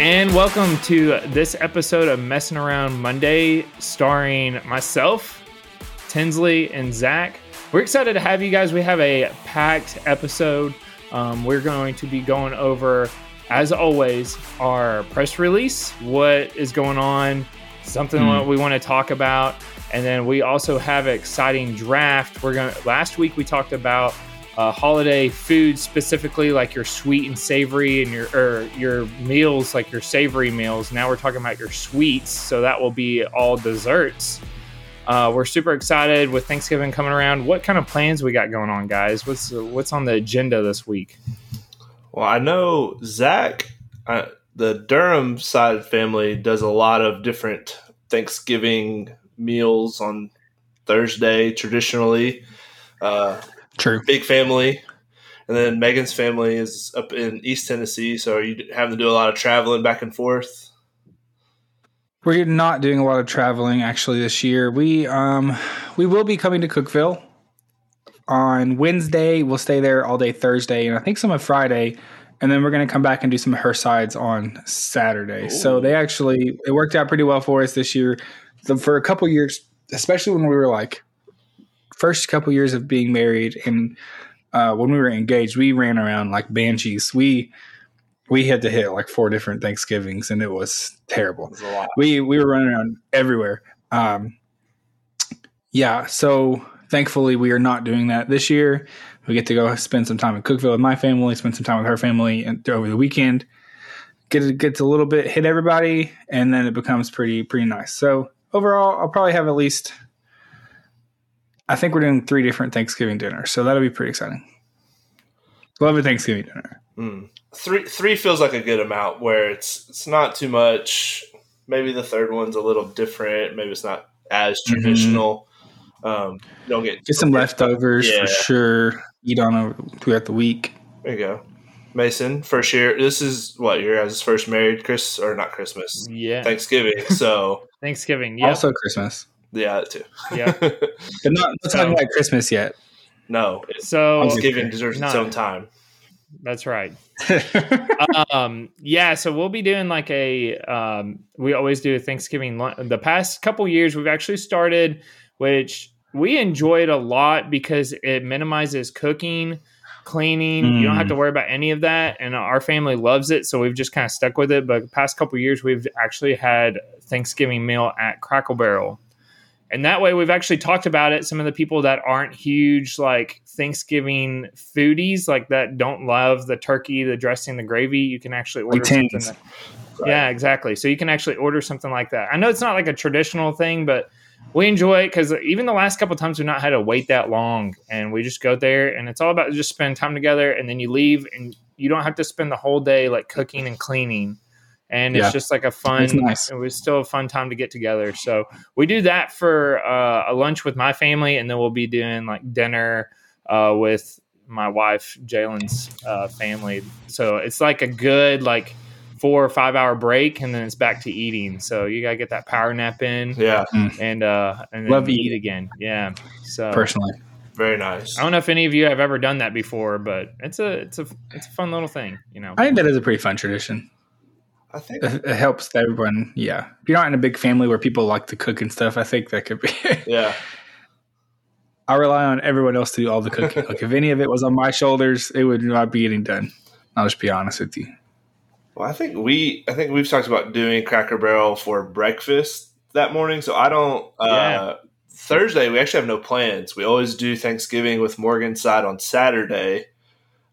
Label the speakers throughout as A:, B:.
A: And welcome to this episode of Messing Around Monday, starring myself, Tinsley, and Zach. We're excited to have you guys. We have a packed episode. Um, we're going to be going over, as always, our press release, what is going on, something that we want to talk about, and then we also have an exciting draft. We're going. to Last week we talked about uh, holiday food specifically like your sweet and savory and your or your meals like your savory meals now we're talking about your sweets so that will be all desserts uh, we're super excited with thanksgiving coming around what kind of plans we got going on guys what's what's on the agenda this week
B: Well, I know Zach, uh, the Durham side family does a lot of different Thanksgiving meals on Thursday traditionally. Uh,
C: True.
B: big family, and then Megan's family is up in East Tennessee, so are you having to do a lot of traveling back and forth?
C: We're not doing a lot of traveling actually this year. We um we will be coming to Cookville on Wednesday. We'll stay there all day Thursday and I think some of Friday. And then we're gonna come back and do some her sides on Saturday. So
B: Ooh.
C: they actually it worked out pretty well for us this year. The, for a couple years, especially when we were like first couple years of being married and uh, when we were engaged, we ran around like banshees. We we had to hit like four different Thanksgivings and it was terrible
B: It's a lot.
C: we we were running around everywhere. Um, yeah, so thankfully we are not doing that this year. We get to go spend some time in Cookville with my family, spend some time with her family, and over the weekend get it gets a little bit hit everybody, and then it becomes pretty pretty nice. So overall, I'll probably have at least. I think we're doing three different Thanksgiving dinners, so that'll be pretty exciting. Love a Thanksgiving dinner.
B: Mm. Three three feels like a good amount where it's it's not too much. Maybe the third one's a little different. Maybe it's not as traditional. Um, don't get
C: Get some leftovers
B: Yeah.
C: for sure. Eat on over throughout the week.
B: There you go. Mason, first year. This is what your guys' first married Chris or not Christmas.
A: yeah
B: Thanksgiving. So
A: thanksgiving yeah
C: Also Christmas.
B: yeah, that too.
A: yeah
C: But not, let's not
A: So-
C: about Christmas yet.
B: no. It's,
A: so
B: Thanksgiving deserves its
A: No.
B: own time.
A: that's right um yeah so we'll be doing like a um we always do a thanksgiving lunch the past couple years we've actually started which we enjoyed a lot because it minimizes cooking cleaning you don't have to worry about any of that and our family loves it so we've just kind of stuck with it but the past couple years we've actually had thanksgiving meal at crackle barrel and that way we've actually talked about it some of the people that aren't huge like thanksgiving foodies like that don't love the turkey the dressing the gravy you can actually order something
C: tins.
A: that, yeah exactly so you can actually order something like that i know it's not like a traditional thing but we enjoy it because even the last couple times we've not had to wait that long and we just go there and it's all about just spend time together and then you leave and you don't have to spend the whole day like cooking and cleaning and
C: Yeah.
A: it's just like a fun
C: It's nice.
A: it was still a fun time to get together so we do that for uh, a lunch with my family and then we'll be doing like dinner uh, with my wife jalen's uh, family so it's like a good like four or five hour break and then it's back to eating so you gotta get that power nap in
B: Yeah.
A: and uh and then
C: Love
A: eat
C: eating.
A: again yeah so
C: Personally,
B: Very nice.
A: i don't know if any of you have ever done that before but it's a it's a it's a fun little thing you know
C: I think that is a pretty fun tradition.
B: I think
C: It, it helps everyone. Yeah, if you're not in a big family where people like to cook and stuff, I think that could be.
B: yeah.
C: I rely on everyone else to do all the cooking. like if any of it was on my shoulders, it would not be getting done. I'll just be honest with you.
B: Well, I think we I think we've talked about doing Cracker Barrel for breakfast that morning. So I don't uh, Thursday. We actually have no plans. We always do Thanksgiving with Morgan's side on Saturday,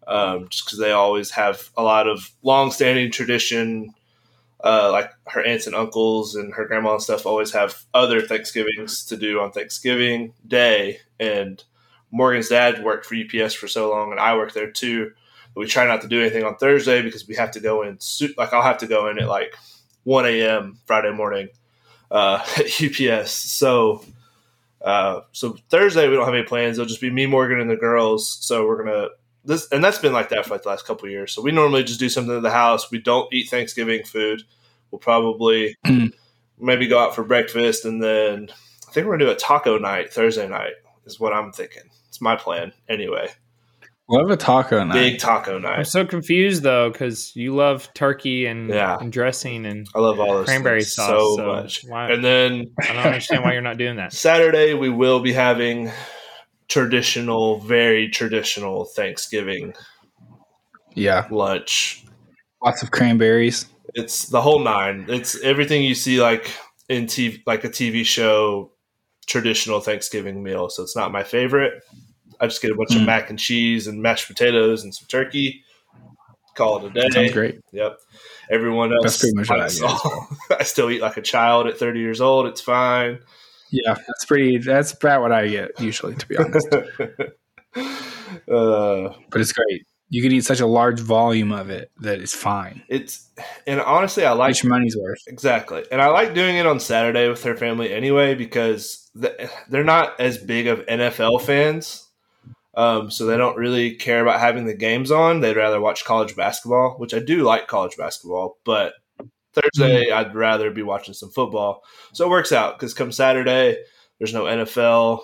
B: um, just because they always have a lot of long-standing tradition. Uh, like her aunts and uncles and her grandma and stuff always have other Thanksgivings to do on Thanksgiving Day. And Morgan's dad worked for UPS for so long, and I worked there too we try not to do anything on Thursday because we have to go in. su- Like I'll have to go in at like 1 a.m. Friday morning uh, at UPS. So, uh, so Thursday we don't have any plans. It'll just be me, Morgan, and the girls. So we're gonna this, and that's been like that for like the last couple of years. So we normally just do something at the house. We don't eat Thanksgiving food. We'll probably maybe go out for breakfast and then. I think we're gonna do a taco night Thursday night. Is what I'm thinking. It's my plan anyway.
C: Love a taco night.
B: Big taco
A: I'm
B: night.
A: so confused though, because you love turkey and,
B: Yeah.
A: and dressing and
B: I love all those
A: cranberry
B: things
A: sauce
B: so,
A: so
B: much.
A: why-
B: And then
A: I don't understand why you're not doing that.
B: Saturday we will be having traditional, very traditional Thanksgiving
C: Yeah,
B: lunch.
C: lots of cranberries.
B: it's the whole nine. It's everything you see like in TV, like a TV show, traditional Thanksgiving meal. So it's not my favorite. I just get a bunch of
C: Mm.
B: mac and cheese and mashed potatoes and some turkey. Call it a day.
C: Sounds great.
B: Yep. Everyone else,
C: That's pretty much what I
B: likes
C: do as
B: all- I still eat like a child at 30 years old. It's fine.
C: Yeah, that's pretty. That's about what I get usually, to be honest.
B: uh,
C: but it's great. You can eat such a large volume of it that it's fine.
B: it's and honestly, I like
C: Get your money's worth.
B: Exactly. And I like doing it on Saturday with her family anyway because th- they're not as big of NFL fans. Um, so they don't really care about having the games on. They'd rather watch college basketball, which I do like college basketball, but Thursday I'd rather be watching some football. So it works out because come Saturday there's no NFL.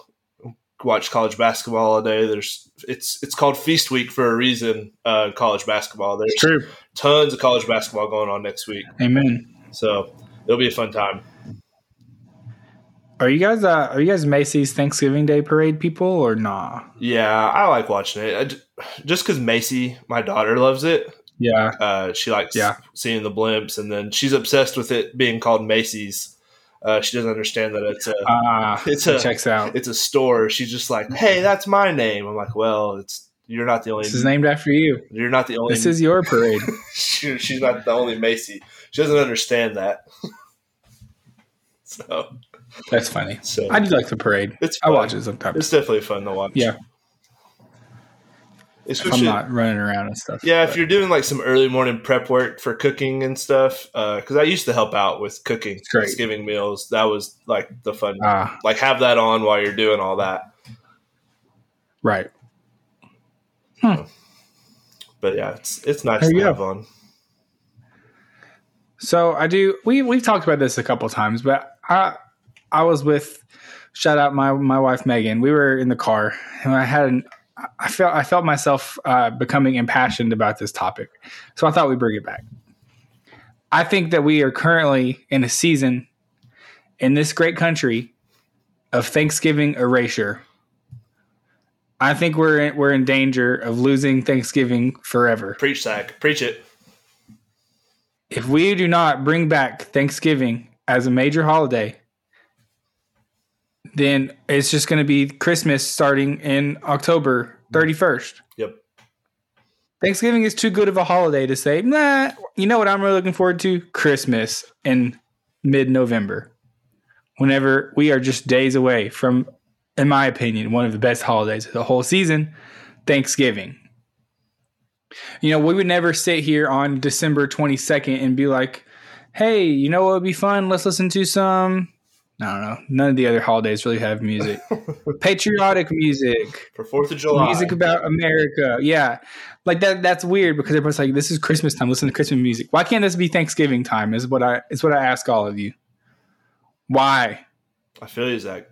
B: Watch college basketball all day. There's it's it's called Feast Week for a reason. Uh, college basketball. There's
C: True.
B: tons of college basketball going on next week.
C: Amen.
B: So it'll be a fun time.
C: Are you guys? Uh, are you guys Macy's Thanksgiving Day Parade people or nah?
B: Yeah, I like watching it. I j just because Macy, my daughter, loves it.
C: Yeah,
B: Uh, she likes
C: Yeah.
B: seeing the blimps, and then she's obsessed with it being called Macy's. Uh, she doesn't understand that it's a
C: ah,
B: It's
C: it
B: a-
C: checks out.
B: it's a store. She's just like, "Hey, that's my name." I'm like, "Well, it's you're not the only
C: This is named after you.
B: you're not the only
C: This is your parade.
B: she, she's not the only Macy. She doesn't understand that." so
C: That's funny.
B: so
C: I do like the parade.
B: it's
C: I
B: fun.
C: watch it sometimes.
B: It's definitely fun to watch.
C: Yeah. If I'm
B: especially
C: not running around and stuff.
B: Yeah, if you're doing like some early morning prep work for cooking and stuff, because I used to help out with cooking
C: great.
B: Thanksgiving meals. That was like the fun.
C: Ah,
B: like have that on while you're doing all that.
C: right.
B: But yeah, it's it's nice
C: There
B: to
C: you go.
B: have on.
C: So I do. We we've talked about this a couple times, but I I was with shout out my my wife Megan. We were in the car, and I had an I felt I felt myself uh, becoming impassioned about this topic, so I thought we'd bring it back. I think that we are currently in a season in this great country of Thanksgiving erasure. I think we're in, we're in danger of losing Thanksgiving forever
B: Preach sack, preach it.
C: if we do not bring back Thanksgiving as a major holiday, then it's just going to be Christmas starting in October 31st.
B: Yep.
C: Thanksgiving is too good of a holiday to say, nah, you know what I'm really looking forward to? Christmas in mid November. Whenever we are just days away from, in my opinion, one of the best holidays of the whole season, Thanksgiving. You know, we would never sit here on December 22nd and be like, hey, you know what would be fun? Let's listen to some. I don't know. None of the other holidays really have music. Patriotic music
B: For Fourth of July,
C: music about America. Yeah, like that. That's weird because everybody's like, "This is Christmas time. Listen to Christmas music. Why can't this be Thanksgiving time?" Is what I is what I ask all of you. Why?
B: I feel you, Zach.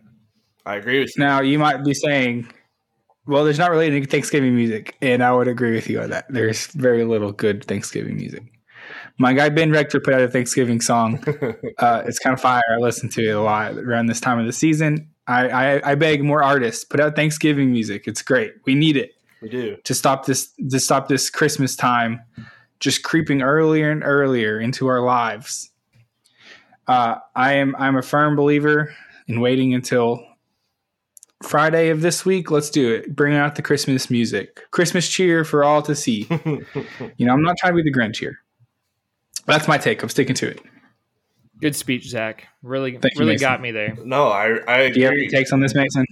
B: I agree with you.
C: Now you might be saying, "Well, there's not really any Thanksgiving music," and I would agree with you on that. There's very little good Thanksgiving music. My guy Ben Rector put out a Thanksgiving song. uh, it's kind of fire. I listen to it a lot around this time of the season. I, I, I beg more artists put out Thanksgiving music. It's great. We need it.
B: We do.
C: to stop this to stop this Christmas time just creeping earlier and earlier into our lives. Uh, I am I'm a firm believer in waiting until Friday of this week. Let's do it. Bring out the Christmas music, Christmas cheer for all to see. you know, I'm not trying to be the Grinch here. That's my take. I'm sticking to it.
A: Good speech, Zach. Really,
C: Thank you,
A: really
C: Mason.
A: got me there.
B: No, I I
C: Do you have any
B: agree.
C: takes on this, Mason?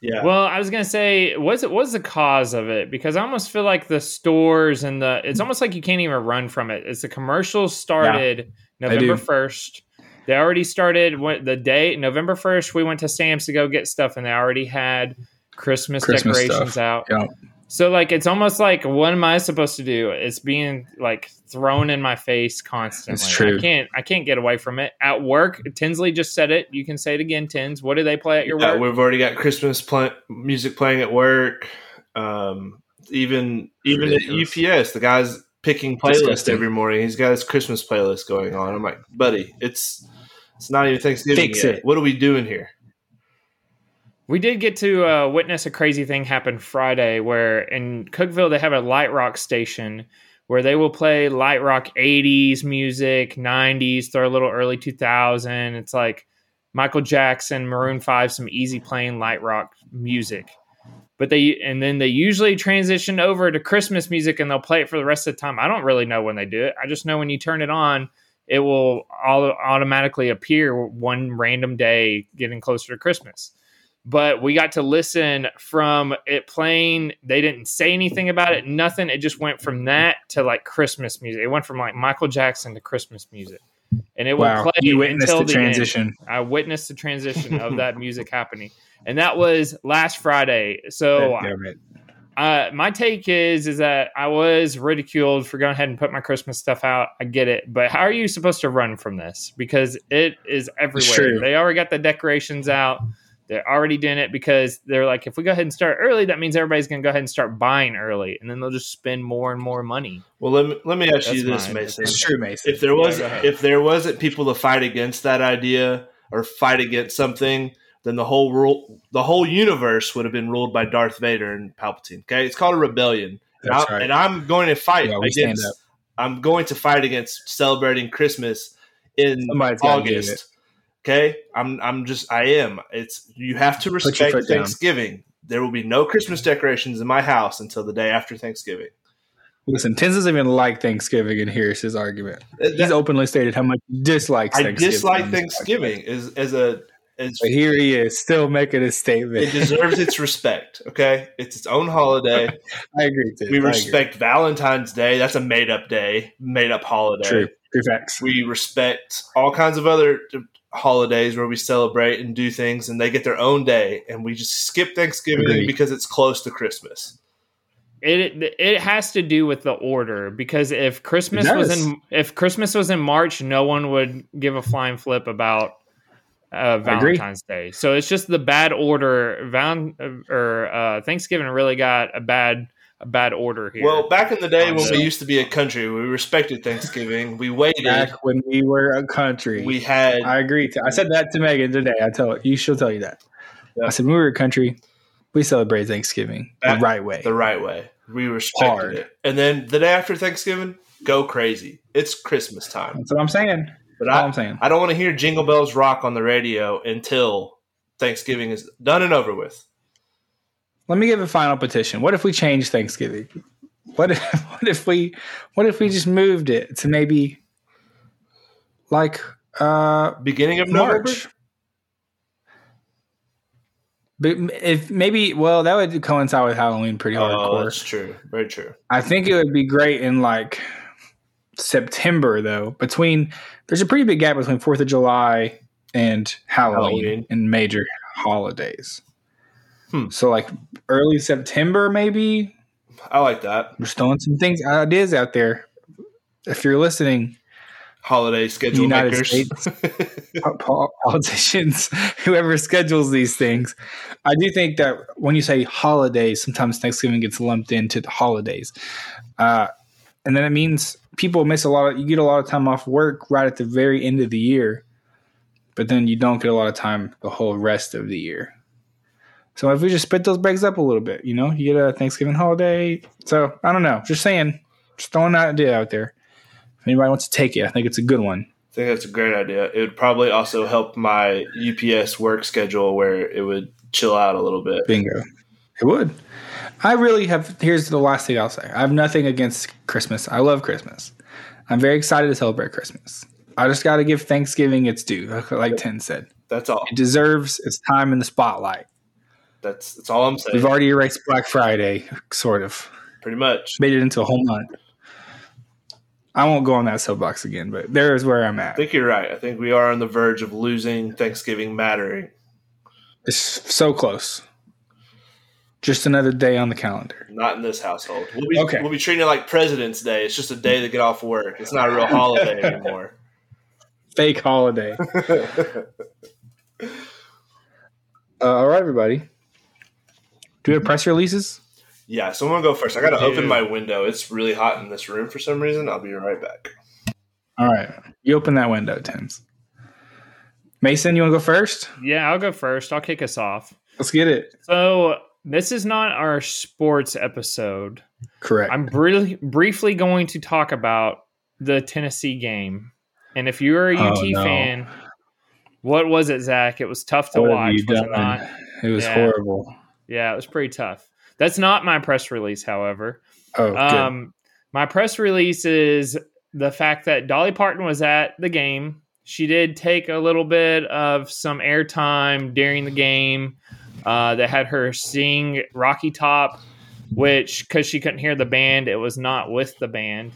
B: Yeah,
A: Well, I was gonna say, what's it? What's the cause of it? Because I almost feel like the stores and the it's almost like you can't even run from it. It's the commercials started
C: do.
A: November first. They already started when the day November first. We went to Sam's to go get stuff, and they already had Christmas,
C: Christmas
A: decorations
C: stuff.
A: out.
C: Yeah.
A: So like it's almost like what am I supposed to do? It's being like thrown in my face constantly.
C: It's true.
A: I can't I can't get away from it. At work, Tinsley just said it. You can say it again, Tins. What do they play at your
B: Yeah,
A: work?
B: Uh, we've already got Christmas pl- music playing at work. Um, even even
C: Ridiculous.
B: at UPS, the guy's picking playlists
C: Disgusting.
B: every morning. He's got his Christmas playlist going on. I'm like, buddy, it's it's not even Thanksgiving
C: Fix
B: yet.
C: it.
B: What are we doing here?
A: We did get to uh, witness a crazy thing happen Friday where in Cookville they have a light rock station where they will play light rock 80s music, 90s, throw a little early 2000. It's like Michael Jackson, Maroon 5, some easy playing light rock music. But they and then they usually transition over to Christmas music and they'll play it for the rest of the time. I don't really know when they do it. I just know when you turn it on, it will all automatically appear one random day getting closer to Christmas but we got to listen from it playing. They didn't say anything about it, nothing. It just went from that to like Christmas music. It went from like Michael Jackson to Christmas music, and it would
C: Wow,
A: play
C: you witnessed
A: until
C: the
A: the end.
C: transition.
A: I witnessed the transition of that music happening, and that was last Friday. So
C: Damn it.
A: uh, my take is is that I was ridiculed for going ahead and put my Christmas stuff out. I get it, but how are you supposed to run from this? Because it is everywhere.
C: true.
A: They already got the decorations out. They're already doing it because they're like, if we go ahead and start early, that means everybody's going to go ahead and start buying early, and then they'll just spend more and more money.
B: Well, let me let me ask you
A: That's
B: this,
A: mine.
B: Mason.
C: It's true, Mason.
B: If there was
A: go ahead.
B: if there wasn't people to fight against that idea or fight against something, then the whole world, the whole universe would have been ruled by Darth Vader and Palpatine. Okay, it's called a rebellion.
C: That's
B: I-
C: right.
B: and I'm going to fight
C: Yeah, we stand
B: against.
C: up.
B: I'm going to fight against celebrating Christmas in
C: Somebody's gotta do it.
B: August. Okay, I'm. I'm just. I am. It's. You have to
C: your
B: respect
C: foot down.
B: Thanksgiving. There will be no Christmas decorations in my house until the day after Thanksgiving.
C: Listen, Tins doesn't even like Thanksgiving, and here's his argument.
B: That-
C: He's openly stated how much he dislikes
B: I
C: Thanksgiving.
B: dislike Thanksgiving as as a as
C: But here he is, still making a
B: it
C: statement.
B: deserves its respect. Okay, it's its own holiday.
C: I agree. Tins.
B: We
C: I agree.
B: respect Valentine's Day. That's a made up day, made up holiday.
C: True. True facts.
B: We respect all kinds of other holidays where we celebrate and do things, and they get their own day, and we just skip Thanksgiving
C: Agreed.
B: because it's close to Christmas.
A: It it has to do with the order because if Christmas
C: It
A: was
C: does.
A: in if Christmas was in March, no one would give a flying flip about uh,
C: agree.
A: Valentine's Day. So it's just the bad order. Val- or uh, Thanksgiving really got a bad a bad order here.
B: Well, back in the day when we
A: Yeah.
B: used to be a country, we respected Thanksgiving. We waited.
C: Back when we were a country,
B: We had
C: I agree. To, I said that to Megan today. I tell her, you. She'll tell you that.
B: Yeah.
C: I said when we were a country, we celebrate Thanksgiving
B: That-
C: the right way.
B: the right way. We respected
C: Hard.
B: it. And then the day after Thanksgiving, go crazy. It's Christmas time.
C: That's what I'm saying.
B: But
C: That's all
B: I,
C: I'm saying.
B: I don't want to hear Jingle Bells Rock on the radio until Thanksgiving is done and over with.
C: Let me give a final petition. What if we change Thanksgiving? What if, what if we what if we just moved it to maybe like uh
B: Beginning of November?
C: March? But m- if maybe well that would coincide with Halloween pretty
B: Oh,
C: hardcore.
B: that's true. Very true.
C: I think it would be great in like September though. Between there's a pretty big gap between Fourth of July and Halloween,
B: Halloween.
C: and major holidays.
B: Hmm.
C: So like early September maybe.
B: I like that
C: We're throwing some things ideas out there. If you're listening,
B: holiday schedule
C: United
B: makers.
C: States. po- po- politicians, whoever schedules these things, I do think that when you say holidays, sometimes Thanksgiving gets lumped into the holidays, uh, and then it means people miss a lot. Of, you get a lot of time off work right at the very end of the year, but then you don't get a lot of time the whole rest of the year. So if we just split those breaks up a little bit, you know, you get a Thanksgiving holiday. So I don't know. Just saying, just throwing that idea out there. If anybody wants to take it, I think it's a good one.
B: I think that's a great idea. It would probably also help my UPS work schedule where it would chill out a little bit.
C: Bingo. It would. I really have. Here's the last thing I'll say. I have nothing against Christmas. I love Christmas. I'm very excited to celebrate Christmas. I just got to give Thanksgiving its due, like- like Ten said.
B: That's all.
C: It deserves its time in the spotlight.
B: That's that's all I'm
C: We've
B: saying.
C: already erased Black Friday, sort of.
B: Pretty much.
C: Made it into a whole month. I won't go on that soapbox again, but there is where I'm
B: I
C: at.
B: think you're right. I think we are on the verge of losing Thanksgiving mattering.
C: It's so close. Just another day on the calendar.
B: Not in this household. We'll be,
C: Okay.
B: we'll be treating it like President's Day. It's just a day to get off work. It's not a real holiday anymore.
C: Fake holiday. Uh, all right, everybody. Do we have press releases?
B: yeah, so I'm going to go first. I got to
A: Dude.
B: open my window. It's really hot in this room for some reason. I'll be right back.
C: All right. You open that window, Tens. Mason, you want to go first?
A: Yeah, I'll go first. I'll kick us off.
C: Let's get it.
A: So this is not our sports episode.
C: Correct.
A: I'm bri- briefly going to talk about the Tennessee game, and if you're a
C: Oh,
A: UT
C: no.
A: fan, what was it, Zach? It was tough to
C: What have
A: watch.
C: you
A: Was it
C: done?
A: not?
C: It was
A: Yeah.
C: horrible.
A: Yeah, it was pretty tough. That's not my press release, however.
C: Oh, good.
A: Um, my press release is the fact that Dolly Parton was at the game. She did take a little bit of some airtime during the game. Uh, they had her sing Rocky Top, which, because she couldn't hear the band, it was not with the band.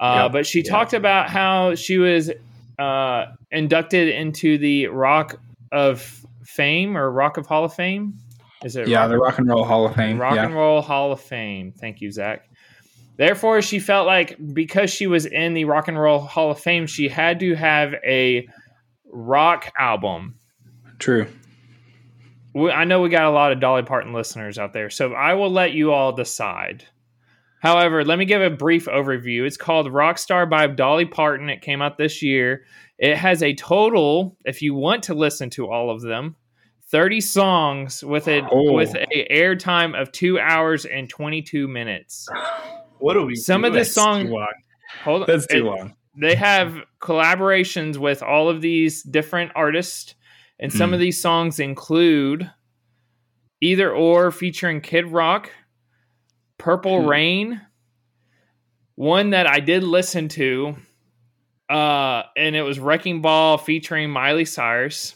A: Uh,
C: Yeah,
A: But she
C: yeah.
A: talked about how she was uh, inducted into the Rock of Fame or Rock of Hall of Fame. Is it
C: yeah,
A: Rock
C: the Rock and Roll Hall of Fame.
A: Rock
C: yeah.
A: and Roll Hall of Fame. Thank you, Zach. Therefore, she felt like because she was in the Rock and Roll Hall of Fame, she had to have a rock album.
C: True.
A: We- I know we got a lot of Dolly Parton listeners out there, so I will let you all decide. However, let me give a brief overview. It's called Rockstar by Dolly Parton. It came out this year. It has a total, if you want to listen to all of them, 30 songs with a
C: Oh.
A: with a airtime of 2 hours and 22 minutes.
B: What do we
A: Some of
B: doing?
A: this song-
C: Too long.
A: Hold on.
C: That's
A: It-
C: too long.
A: they have collaborations with all of these different artists, and some
C: Hmm.
A: of these songs include either or featuring Kid Rock, Purple
C: Hmm.
A: Rain, one that I did listen to, uh, and it was Wrecking Ball featuring Miley Cyrus.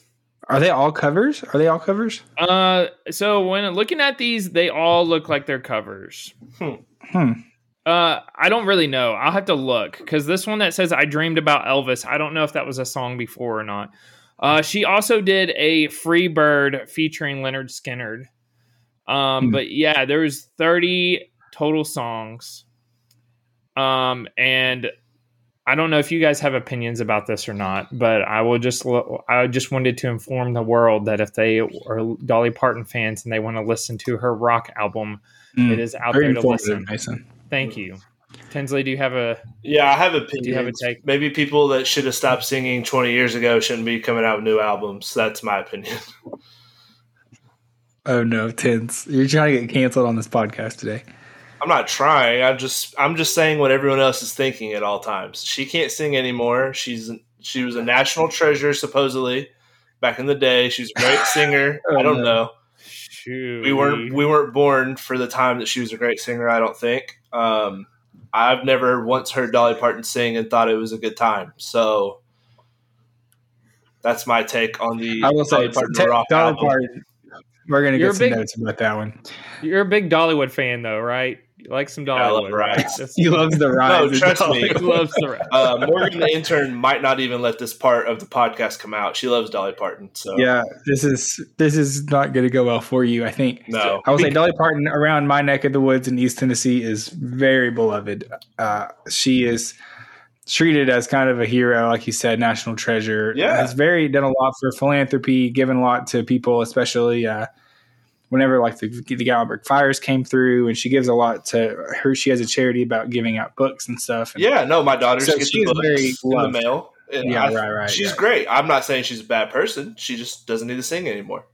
C: Are they all covers? Are they all covers?
A: Uh, so when looking at these, they all look like they're covers.
C: Hmm.
A: Uh, I don't really know. I'll have to look because this one that says "I dreamed about Elvis," I don't know if that was a song before or not. Uh, she also did a "Free Bird" featuring Leonard Skinnerd. Um,
C: Hmm.
A: but yeah, there was thirty total songs. Um, and I don't know if you guys have opinions about this or not, but I will just lo- I just wanted to inform the world that if they are Dolly Parton fans and they want to listen to her rock album,
C: Hmm.
A: it is out
C: Very
A: there to
C: informative,
A: listen.
C: Mason.
A: Thank you. Tinsley, do you have a
B: Yeah, I have opinions.
A: you have a take?
B: Maybe people that should have stopped singing 20 years ago shouldn't be coming out with new albums. That's my opinion.
C: Oh no, Tens. You're trying to get canceled on this podcast today.
B: I'm not trying. I just I'm just saying what everyone else is thinking at all times. She can't sing anymore. She's she was a national treasure supposedly back in the day. She's a great singer.
C: Oh,
B: I don't
C: no.
B: know.
A: shoot?
B: We weren't
C: Mm-hmm.
B: we weren't born for the time that she was a great singer. I don't think. Um, I've never once heard Dolly Parton sing and thought it was a good time. So that's my take on the
C: I will say,
B: Dolly Parton
C: Te-
B: rock
C: Dolly
B: album.
C: Parton. We're gonna
A: You're a
C: get some
A: big-
C: notes about that one.
A: You're a big Dollywood fan, though, right? You like some
B: I love
A: Dollywood, right?
B: rides.
A: That's-
C: He loves the ride.
B: No, trust me.
A: he loves the ride.
B: Uh, Morgan, the intern, might not even let this part of the podcast come out. She loves Dolly Parton, so
C: Yeah, this is this is not going to go well for you. I think.
B: no.
C: I will say Dolly Parton around my neck of the woods in East Tennessee is very beloved. Uh, she is treated as kind of a hero, like you said, national treasure.
B: Yeah.
C: has very done a lot for philanthropy, given a lot to people, especially uh, whenever like the, the Gallenberg fires came through, and she gives a lot to her. She has a charity about giving out books and stuff. And,
B: Yeah, no, my daughters
C: So
B: get the
C: she's
B: books
C: very
B: in
C: loved.
B: the mail. and
C: yeah,
B: I-
C: right, right.
B: she's
C: yeah.
B: great. I'm not saying she's a bad person. She just doesn't need to sing anymore.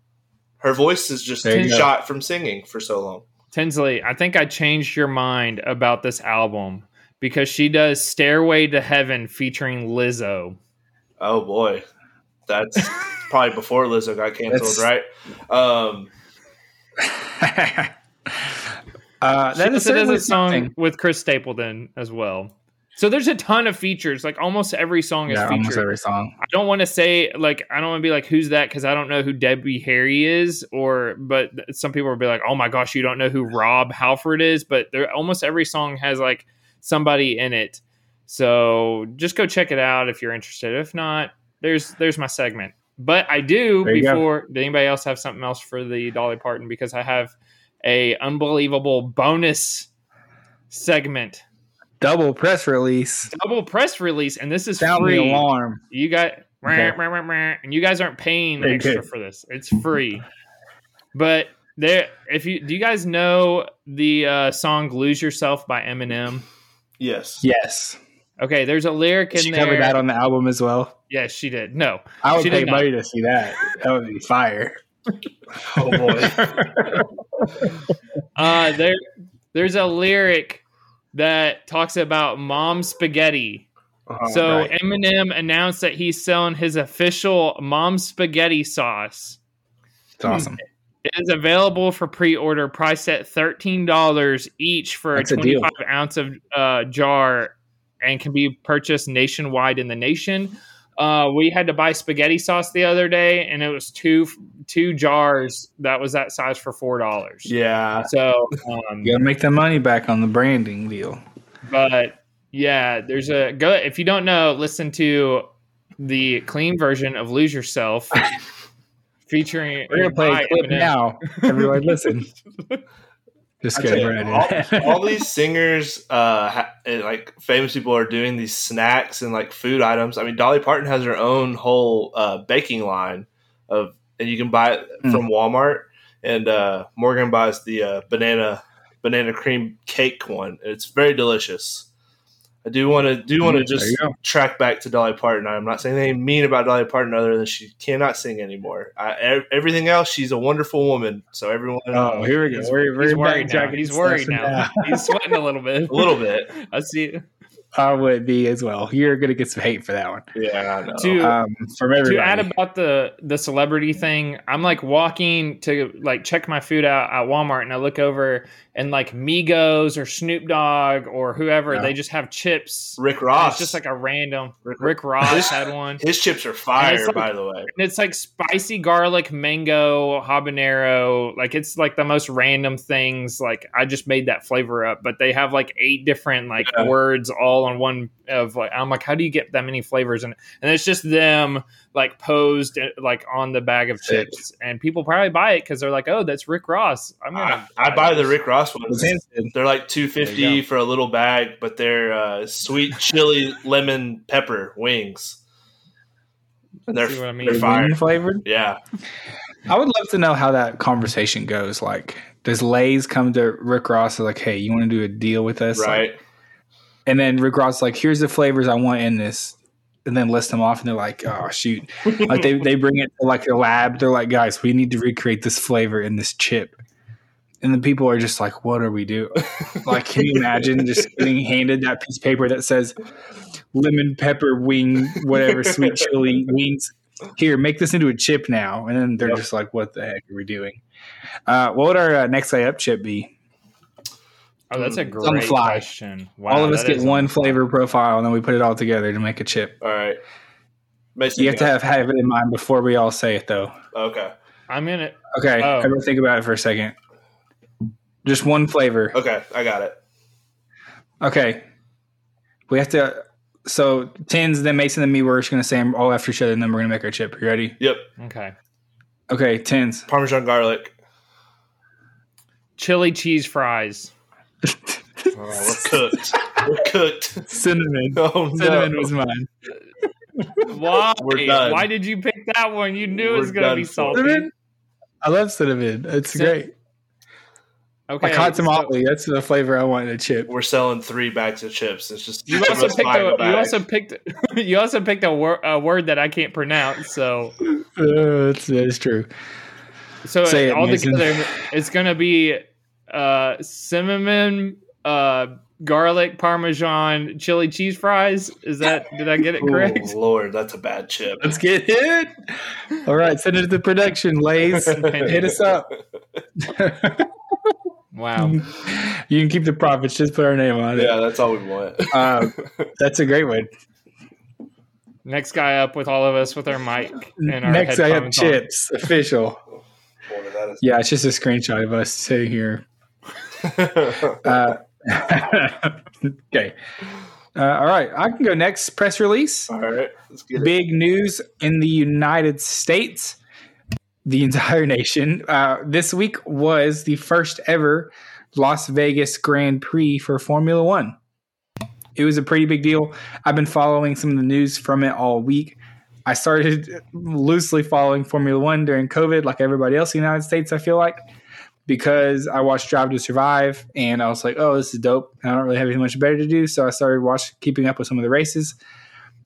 B: Her voice is just
C: There you go.
B: shot from singing for so long.
A: Tinsley, I think I changed your mind about this album because she does "Stairway to Heaven" featuring Lizzo.
B: Oh boy, that's probably before Lizzo got canceled,
C: That's-
B: right? Um,
C: uh,
A: She
C: that is
A: also does
C: certainly
A: a song
C: something.
A: with Chris Stapleton as well. So there's a ton of features. Like almost every song is
C: Yeah, almost
A: featured.
C: every song.
A: I don't want to say like I don't want to be like who's that because I don't know who Debbie Harry is or but th- some people will be like oh my gosh you don't know who Rob Halford is but there almost every song has like somebody in it so just go check it out if you're interested if not there's there's my segment but I do
C: There you go.
A: before did anybody else have something else for the Dolly Parton because I have a unbelievable bonus segment,
C: Double press release.
A: double press release, and this is
C: Sound
A: free.
C: the alarm.
A: You got
C: Okay.
A: and you guys aren't paying
C: Okay.
A: extra for this. It's free. But there, if you do, you guys know the uh, song "Lose Yourself" by Eminem.
B: Yes.
C: Yes.
A: Okay, there's a lyric in
C: She
A: there.
C: covered that on the album as well.
A: yes, she did. No,
C: I would
A: She
C: pay
A: did not.
C: money to see that. That would be fire.
B: Oh boy.
A: uh, there, there's a lyric that talks about mom spaghetti.
B: Uh-huh.
A: so
C: Oh, right.
A: Eminem announced that he's selling his official mom spaghetti sauce.
C: It's awesome.
A: It is available for pre-order, priced at thirteen dollars each for
C: That's
A: a
C: a deal.
A: twenty-five ounce of uh, jar, and can be purchased nationwide in the nation. Uh, we had to buy spaghetti sauce the other day, and it was two two jars that was that size for four dollars.
B: yeah.
A: So, um,
C: You gotta make that money back on the branding deal.
A: but yeah, there's a go. If you don't know, listen to the clean version of "Lose Yourself," featuring
C: We're gonna play
A: by
C: a clip
A: Eminem.
C: now. Everyone listen. Just
B: I tell
C: kidding.
B: you,
C: We're not doing
B: all,
C: that.
B: all these singers, uh, ha- and, like famous people, are doing these snacks and like food items. I mean, Dolly Parton has her own whole uh, baking line of, and you can buy it
C: Mm.
B: from Walmart. And uh, Morgan buys the uh, banana banana cream cake one. It's very delicious. I do want to do want to
C: Mm, there
B: just
C: you go.
B: track back to Dolly Parton. I'm not saying anything mean about Dolly Parton other than she cannot sing anymore. I, ev- everything else, she's a wonderful woman. So everyone,
C: Oh, here we go.
A: He's-
C: We're, we're
A: He's worried now.
C: backtracking
A: He's
C: stuff
A: worried
C: and
A: now. He's sweating a little bit.
B: a little bit.
A: I see.
C: Oh, I would be as well. You're gonna get some hate for that one
B: Yeah, I know.
A: To
C: um, from everybody.
A: to add about the the celebrity thing, I'm like walking to like check my food out at Walmart, and I look over and like Migos or Snoop Dogg or whoever,
C: Yeah.
A: they just have chips.
B: Rick
A: And
B: Ross.
A: It's just like a random.
B: Rick-
A: Rick Ross
B: This-
A: had one.
B: his chips are fire,
A: And it's like-
B: by the way.
A: And it's like spicy garlic, mango, habanero. Like it's like the most random things. Like I just made that flavor up, but they have like eight different like
B: Yeah.
A: words all on one of like I'm like, how do you get that many flavors? And and it's just them like posed uh, like on the bag of
C: Sick.
A: chips, and people probably buy it because they're like, oh, that's Rick Ross. I'm
B: I,
A: gonna
B: I buy the Rick Ross ones.
C: It's
B: They're like two
C: There you
B: fifty for a little bag, but they're uh, sweet chili lemon pepper wings. And they're
A: See what I mean?
B: they're fire.
C: flavored.
B: Yeah,
C: I would love to know how that conversation goes. Like, does Lay's come to Rick Ross and like, hey, you want to do a deal with us? Like,
B: right.
C: and then Rick Ross is like, here's the flavors I want in this. And then list them off, and they're like, "Oh shoot!" Like they, they bring it to like the lab. They're like, "Guys, we need to recreate this flavor in this chip." And the people are just like, "What are we doing?" Like, can you imagine just getting handed that piece of paper that says "lemon pepper wing, whatever sweet chili wings"? Here, make this into a chip now. And then they're
B: Yep.
C: just like, "What the heck are we doing?" Uh, what would our uh, next lay up chip be?
A: Oh, that's a
C: on the
A: great
C: fly.
A: question. Wow,
C: all of us
A: that
C: get
A: is on
C: one
A: the fly.
C: flavor profile, and then we put it all together to make a chip.
B: All right. Mason,
C: You have to have, have it in mind before we all say it, though.
B: okay.
A: I'm gonna.
C: Okay,
A: Oh.
C: everyone think about it for a second. Just one flavor.
B: Okay, I got it.
C: Okay, we have to. So tens, then Mason, then me. We're just gonna say them all after each other, and then we're gonna make our chip. You ready?
B: Yep,
A: Okay,
C: Okay, tens.
B: Parmesan garlic.
A: chili cheese fries.
B: Oh, we're cooked. we're cooked.
C: Cinnamon.
B: Oh no.
C: Cinnamon was mine.
A: Why?
B: We're done.
A: Why did you pick that one? You knew it
B: We're
A: was gonna
B: done
A: be
B: for.
A: salty.
C: Cinnamon. I love cinnamon. It's
A: Cin-
C: great.
A: Okay,
C: Like hot
A: so-
C: tamale. That's the flavor I want in a chip.
B: we're selling three bags of chips. It's just
A: You
B: the
A: also,
B: most
A: picked
B: fine
A: a,
B: bag.
A: you also picked you also picked a, wor- a word that I can't pronounce. So
C: Uh, that's, that is true.
A: so
C: Say it,
A: all
C: Mason.
A: together, it's gonna be uh, cinnamon, uh, garlic parmesan, chili cheese fries. Is that did I get it correct?
B: Oh, Lord, that's a bad chip.
C: Let's get hit. All right, send it to the production, Lays. Hit us up.
A: Wow,
C: you can keep the profits. Just put our name on it.
B: Yeah, that's all we want.
C: Uh, that's a great one.
A: next guy up with all of us with our mic and our
C: Next, I have
A: headphones on.
C: chips. Official.
B: Boy, that is-
C: Yeah, it's just a screenshot of us sitting here. Uh, okay. Uh, all right, I can go next. Press release.
B: all right, let's get it.
C: Big news in the United States. the entire nation. Uh, this week was the first ever Las Vegas Grand Prix for Formula One. It was a pretty big deal. I've been following some of the news from it all week. I started loosely following Formula One during COVID, like everybody else in the United States, I feel like, because I watched Drive to Survive and I was like, oh, this is dope. I don't really have anything much better to do. So I started watching, keeping up with some of the races.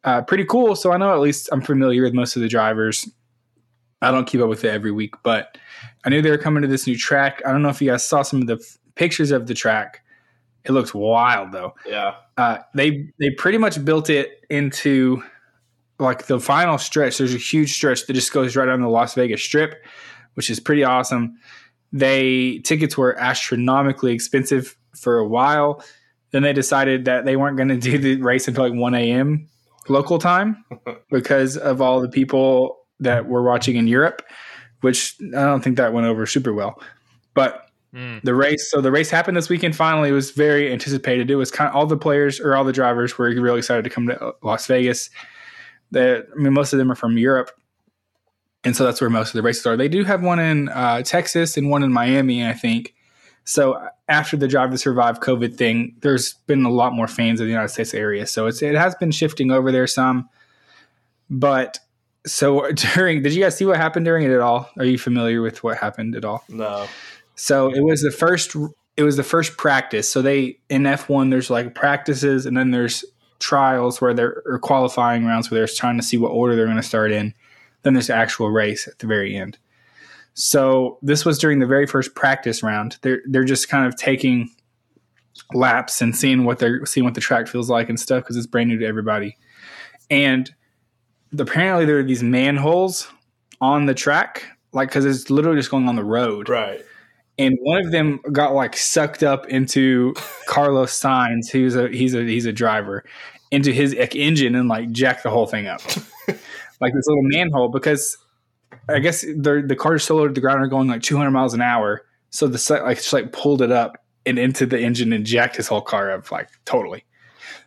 C: Uh, pretty cool. So I know at least I'm familiar with most of the drivers. I don't keep up with it every week, but I knew they were coming to this new track. I don't know if you guys saw some of the f- pictures of the track. It looks wild though.
B: Yeah.
C: Uh, they they pretty much built it into like the final stretch. There's a huge stretch that just goes right on the Las Vegas Strip, which is pretty awesome. They tickets were astronomically expensive for a while. Then they decided that they weren't going to do the race until like 1 a.m. local time because of all the people that we're watching in Europe, which I don't think that went over super well. But
A: Hmm.
C: mm. the race, so the race happened this weekend. Finally, it was very anticipated. It was kind of all the players or all the drivers were really excited to come to Las Vegas. That I mean, most of them are from Europe, and so that's where most of the races are. They do have one in uh, Texas and one in Miami, I think. So uh, after the Drive to Survive COVID thing, there's been a lot more fans of the United States area. So it's it has been shifting over there some, but so during did you guys see what happened during it at all are you familiar with what happened at all
B: no
C: so it was the first it was the first practice so they in f1 there's like practices and then there's trials where they're or qualifying rounds where they're trying to see what order they're going to start in then there's the actual race at the very end so this was during the very first practice round they're they're just kind of taking laps and seeing what they're seeing what the track feels like and stuff because it's brand new to everybody and apparently there are these manholes on the track, like because it's literally just going on the road,
B: right?
C: And one of them got like sucked up into Carlos Sainz, who's a he's a he's a driver, into his like, engine and like jacked the whole thing up, like this little manhole. Because I guess the the car is so low to the ground, are going like 200 miles an hour, so the like just like pulled it up and into the engine and jacked his whole car up like totally.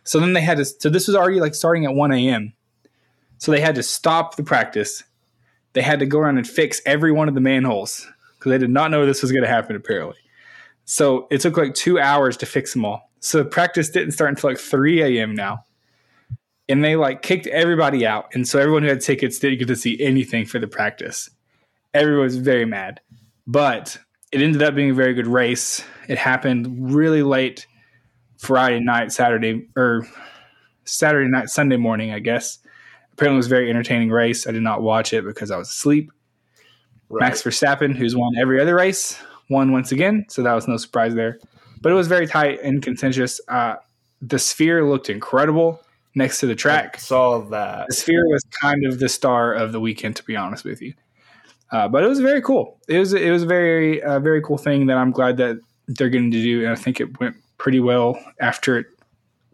C: So then they had to. So this was already like starting at 1 a.m. So they had to stop the practice. They had to go around and fix every one of the manholes because they did not know this was going to happen, apparently. So it took like two hours to fix them all. So the practice didn't start until like 3 a.m. now. And they like kicked everybody out. And so everyone who had tickets didn't get to see anything for the practice. Everyone was very mad. But it ended up being a very good race. It happened really late Friday night, Saturday, or Saturday night, Sunday morning, I guess apparently was a very entertaining race. I did not watch it because I was asleep. Right. Max Verstappen, who's won every other race, won once again, so that was no surprise there. But it was very tight and contentious. Uh, the sphere looked incredible next to the track.
B: I saw that.
C: The sphere was kind of the star of the weekend, to be honest with you. Uh, but it was very cool. It was it was a very uh, very cool thing that I'm glad that they're getting to do, and I think it went pretty well after it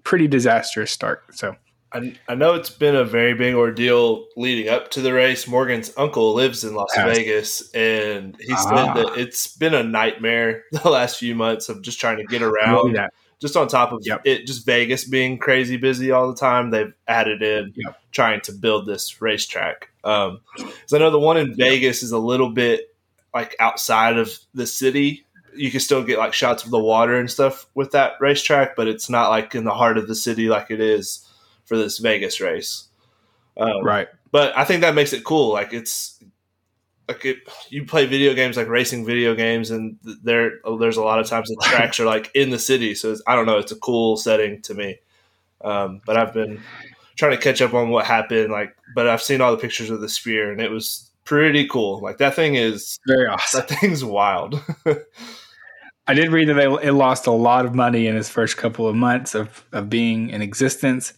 C: pretty disastrous start. So.
B: I, I know it's been a very big ordeal leading up to the race. Morgan's uncle lives in Las yes. Vegas, and he ah. said that it's been a nightmare the last few months of just trying to get around. Just on top of yep. it, just Vegas being crazy busy all the time, they've added in yep. trying to build this racetrack. Um, so I know the one in yep. Vegas is a little bit like outside of the city. You can still get like shots of the water and stuff with that racetrack, but it's not like in the heart of the city like it is for this Vegas race.
C: Um, right.
B: But I think that makes it cool. Like it's like it, you play video games, like racing video games, and there there's a lot of times the tracks are like in the city. So I don't know. It's a cool setting to me. Um, but I've been trying to catch up on what happened. Like, but I've seen all the pictures of the sphere, and it was pretty cool. Like that thing is
C: very awesome.
B: That thing's wild.
C: I did read that they, it lost a lot of money in its first couple of months of, of being in existence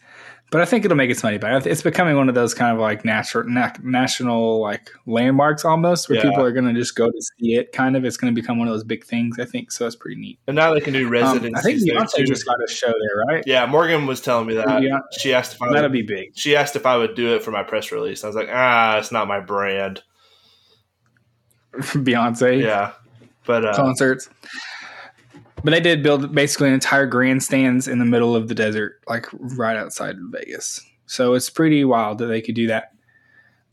C: but I think it'll make its money back. It's becoming one of those kind of like natural, na- national like landmarks almost, where yeah. people are going to just go to see it. Kind of, it's going to become one of those big things. I think so. It's pretty neat.
B: And now they can do residencies. Um, I
C: think Beyonce just got a show there, right?
B: Yeah, Morgan was telling me that. Yeah. She asked if I
C: that'll
B: would,
C: be big.
B: She asked if I would do it for my press release. I was like, ah, it's not my brand.
C: Beyonce,
B: yeah, but uh,
C: concerts. But they did build basically an entire grandstands in the middle of the desert, like right outside Vegas. So it's pretty wild that they could do that.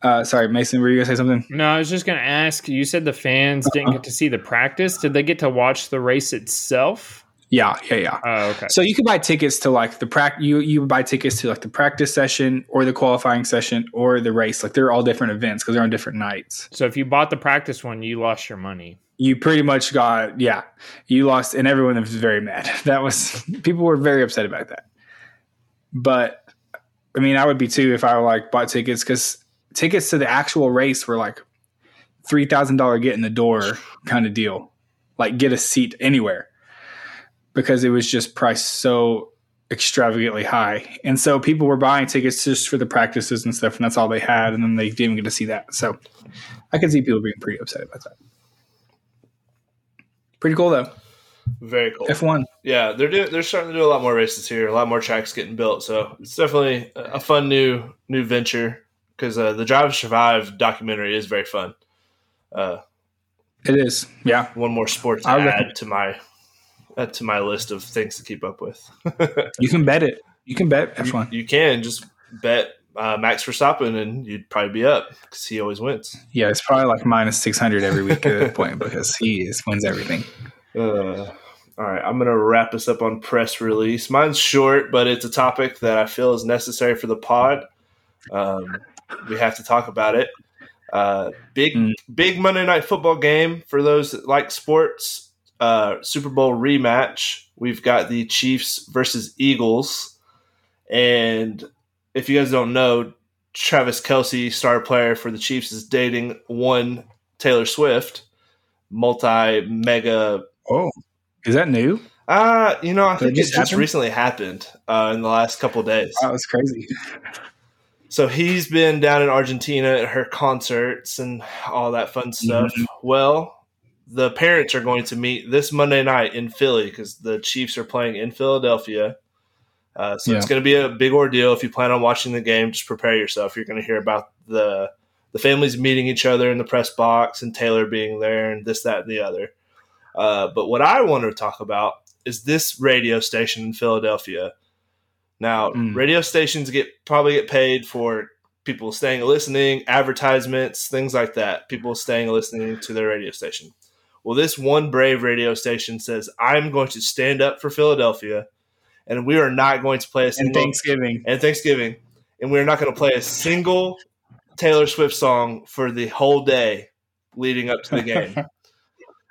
C: Uh, sorry, Mason, were you gonna say something?
A: No, I was just gonna ask. You said the fans didn't get to see the practice. Did they get to watch the race itself?
C: Yeah, yeah, yeah.
A: Oh, okay.
C: So you could buy tickets to like the prac. You you buy tickets to like the practice session or the qualifying session or the race. Like they're all different events because they're on different nights.
A: So if you bought the practice one, you lost your money.
C: You pretty much got yeah. You lost, and everyone was very mad. That was people were very upset about that. But I mean, I would be too if I like bought tickets because tickets to the actual race were like three thousand dollar get in the door kind of deal, like get a seat anywhere because it was just priced so extravagantly high. And so people were buying tickets just for the practices and stuff, and that's all they had. And then they didn't get to see that. So I could see people being pretty upset about that. Pretty cool though.
B: Very cool.
C: F1.
B: Yeah, they're do- they're starting to do a lot more races here. A lot more tracks getting built, so it's definitely a fun new new venture because uh, the Drive to Survive documentary is very fun. Uh,
C: it is. Yeah.
B: One more sport to I add reckon- to my uh, to my list of things to keep up with.
C: you can bet it. You can bet F1.
B: You, you can just bet uh, Max Verstappen, and you'd probably be up because he always wins.
C: Yeah, it's probably like minus six hundred every week at that point because he is, wins everything.
B: Uh, all right, I'm gonna wrap us up on press release. Mine's short, but it's a topic that I feel is necessary for the pod. Um, we have to talk about it. Uh, big mm. big Monday night football game for those that like sports. Uh, Super Bowl rematch. We've got the Chiefs versus Eagles. And if you guys don't know, Travis Kelsey, star player for the Chiefs, is dating one Taylor Swift, multi mega.
C: Oh, is that new?
B: Uh, you know, I think it just, happened? recently happened uh, in the last couple days.
C: That was crazy.
B: So he's been down in Argentina at her concerts and all that fun stuff. Mm-hmm. Well, the parents are going to meet this Monday night in Philly because the Chiefs are playing in Philadelphia. Uh, so yeah. it's going to be a big ordeal. If you plan on watching the game, just prepare yourself. You're going to hear about the the families meeting each other in the press box and Taylor being there and this, that, and the other. Uh, but what I want to talk about is this radio station in Philadelphia. Now, mm. radio stations get probably get paid for people staying listening, advertisements, things like that. People staying listening to their radio station. Well, this one brave radio station says, I'm going to stand up for Philadelphia and we are not going to play a
C: single and Thanksgiving.
B: And Thanksgiving. And we're not going to play a single Taylor Swift song for the whole day leading up to the game.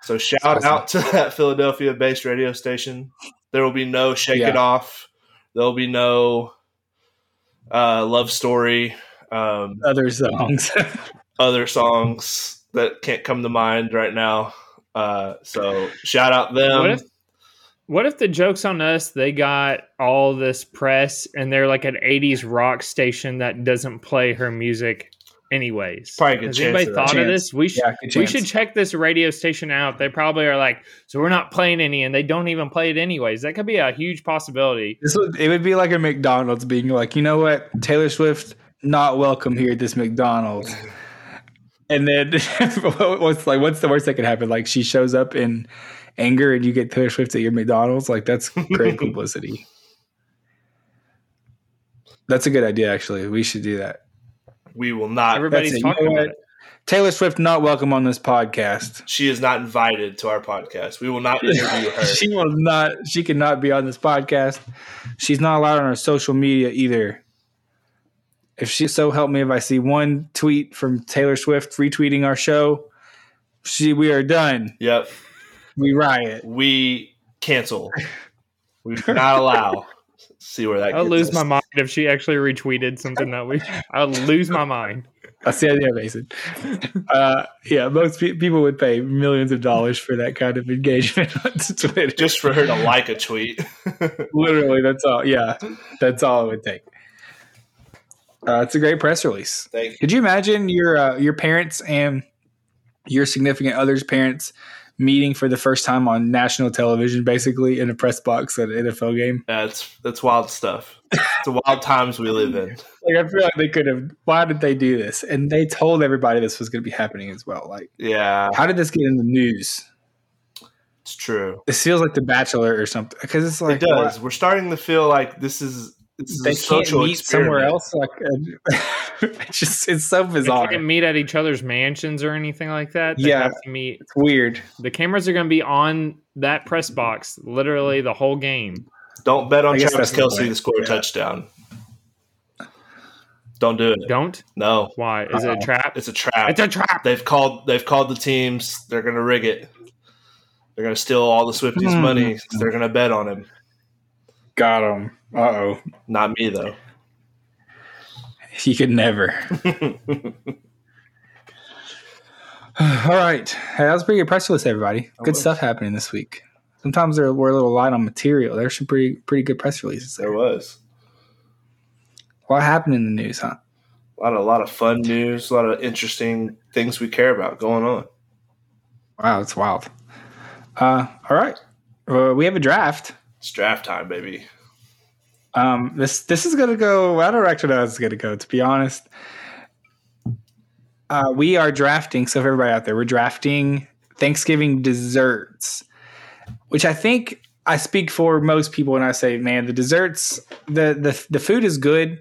B: so shout awesome. out to that Philadelphia based radio station. There will be no shake yeah. it off. There'll be no uh, love story. Um,
C: other songs.
B: other songs that can't come to mind right now. Uh, so shout out them.
A: What if, what if, the joke's on us? They got all this press and they're like an 80s rock station that doesn't play her music anyways.
B: Probably Has
A: anybody
B: of
A: thought
B: chance.
A: of this? We, sh- yeah, we should check this radio station out. They probably are like, so we're not playing any and they don't even play it anyways. That could be a huge possibility.
C: This would, it would be like a McDonald's being like, you know what? Taylor Swift, not welcome here at this McDonald's. and then what's like what's the worst that could happen like she shows up in anger and you get taylor swift at your mcdonald's like that's great publicity that's a good idea actually we should do that
B: we will not
A: everybody's talking you know about Uh, it.
C: taylor swift not welcome on this podcast
B: she is not invited to our podcast we will not interview her
C: she will not she cannot be on this podcast she's not allowed on our social media either if she so help me if I see one tweet from Taylor Swift retweeting our show, she we are done.
B: Yep.
C: We riot.
B: We cancel. We do not allow. see where that
A: I'll lose us. my mind if she actually retweeted something that we I'll lose my mind.
C: That's the idea, Mason. Uh, yeah, most pe- people would pay millions of dollars for that kind of engagement on Twitter.
B: Just for her to like a tweet.
C: Literally, that's all. Yeah, that's all it would take. Uh, it's a great press release.
B: Thank you.
C: Could you imagine your uh, your parents and your significant other's parents meeting for the first time on national television, basically in a press box at an NFL game?
B: That's that's wild stuff. it's the wild times we live in.
C: Like I feel like they could have. Why did they do this? And they told everybody this was going to be happening as well. Like,
B: yeah,
C: how did this get in the news?
B: It's true.
C: It feels like The Bachelor or something because it's like
B: it does. Wow. We're starting to feel like this is It's
C: they
B: a
C: can't
B: social
C: meet somewhere
B: experiment.
C: else. Like, it's just it's so
A: They
C: bizarre.
A: can't meet at each other's mansions or anything like that. They
C: Yeah.
A: have to meet.
C: It's weird.
A: The cameras are going to be on that press box literally the whole game.
B: Don't bet on
C: I guess
B: Travis
C: that's the
B: Kelsey
C: point.
B: to score a
C: Yeah.
B: touchdown. Don't do it.
A: Don't.
B: No,
A: Why? Is it a
C: Uh-oh.
A: trap?
B: it's a trap.
A: It's a trap.
B: they've called. They've called the teams. They're going to rig it. They're going to steal all the Swifties'
C: Hmm.
B: money. They're going to bet on him.
C: Got him. Uh oh.
B: Not me though.
C: He could never. All right. Hey, that was a pretty good press release, everybody.
B: That
C: Good
B: was.
C: stuff happening this week. Sometimes there were a little light on material. There's some pretty pretty good press releases
B: There
C: there.
B: was
C: What happened in the news, huh?
B: a lot of a lot of fun news. A lot of interesting things we care about going on.
C: Wow, it's wild. Uh, all right. Uh, we have a draft.
B: It's draft time, baby.
C: Um, this this is gonna go. I don't actually know how this is gonna go. To be honest, uh, we are drafting. So for everybody out there, we're drafting Thanksgiving desserts, which I think I speak for most people when I say, man, the desserts, the the the food is good,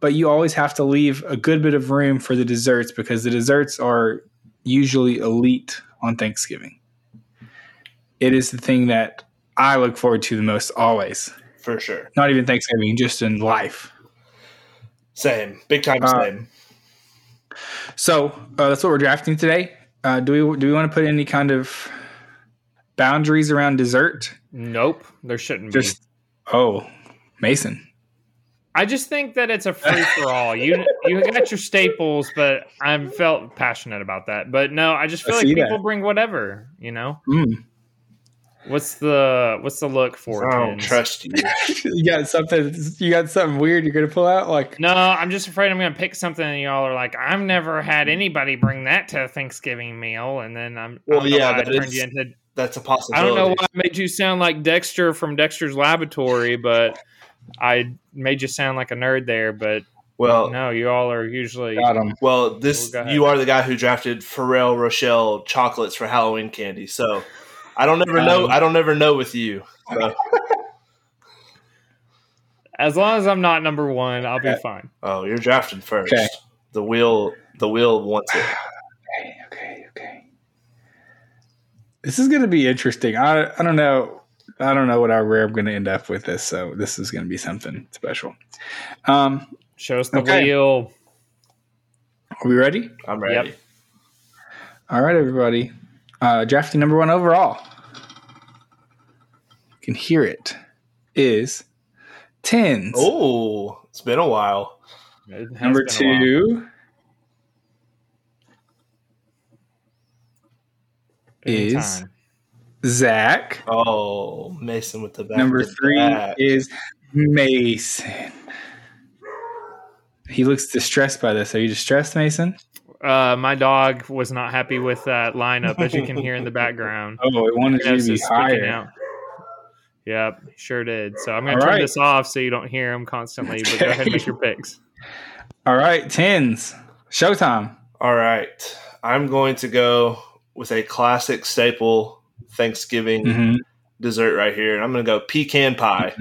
C: but you always have to leave a good bit of room for the desserts because the desserts are usually elite on Thanksgiving. It is the thing that I look forward to the most always
B: For sure.
C: not even Thanksgiving, just in life.
B: Same. Big time
C: Uh,
B: same.
C: So uh, that's what we're drafting today. Uh, do we do we want to put any kind of boundaries around dessert?
A: Nope. There shouldn't be.
C: Just oh, Mason.
A: I just think that it's a free for all. You you got your staples, but I felt passionate about that. But no, I just feel
C: I
A: like
C: see that.
A: people bring whatever. You know,
C: Mm.
A: what's the what's the look for?
B: I
C: Oh,
B: don't
A: Tins?
B: trust you.
C: you got something. You got something weird. You're gonna pull out like
A: No, I'm just afraid I'm going to pick something, and y'all are like, "I've never had anybody bring that to a Thanksgiving meal," and then I'm
B: Well,
A: I don't know
B: yeah,
A: why I
B: that
A: turned
B: is-
A: you into.
B: That's a
A: I
B: possibility.
A: don't know why I made you sound like Dexter from Dexter's Laboratory, but I made you sound like a nerd there. But
B: Well,
A: no, you all are usually
C: got him.
B: well, this
A: Well, go ahead.
B: you are the guy who drafted Pharrell Rochelle chocolates for Halloween candy. So I don't
A: Uh,
B: ever know.
C: Um,
B: I don't ever know with you.
A: as long as I'm not number one, I'll be
C: Okay.
A: fine.
B: Oh, you're drafting first.
C: Okay.
B: The wheel. The wheel wants it.
C: Okay, okay, okay. This is gonna be interesting. I I don't know. I don't know what I, where I'm gonna end up with this. So this is gonna be something special. Um,
A: Show us the
C: Okay.
A: wheel.
C: are we ready?
B: I'm ready.
C: All right, everybody. Uh, drafting number one overall. You can hear it. Is tens.
B: Oh, it's been a while.
A: It has
C: number
A: been a while.
C: two
A: Anytime.
C: is Zach.
B: Oh, Mason with the back.
C: number
B: of the
C: three
B: back.
C: is Mason. He looks distressed by this. Are you distressed, Mason?
A: Uh, my dog was not happy with that lineup, as you can hear in the background.
C: Oh, it wanted you
A: Yes,
C: to be
A: it's sticking
C: higher.
A: out. Yep, sure did. So I'm going
C: All
A: to turn
C: right.
A: this off so you don't hear them constantly. But go ahead and make your picks.
C: All right, tens. Showtime.
B: All right. I'm going to go with a classic staple Thanksgiving
C: Mhm.
B: dessert right here. And I'm going to go pecan pie.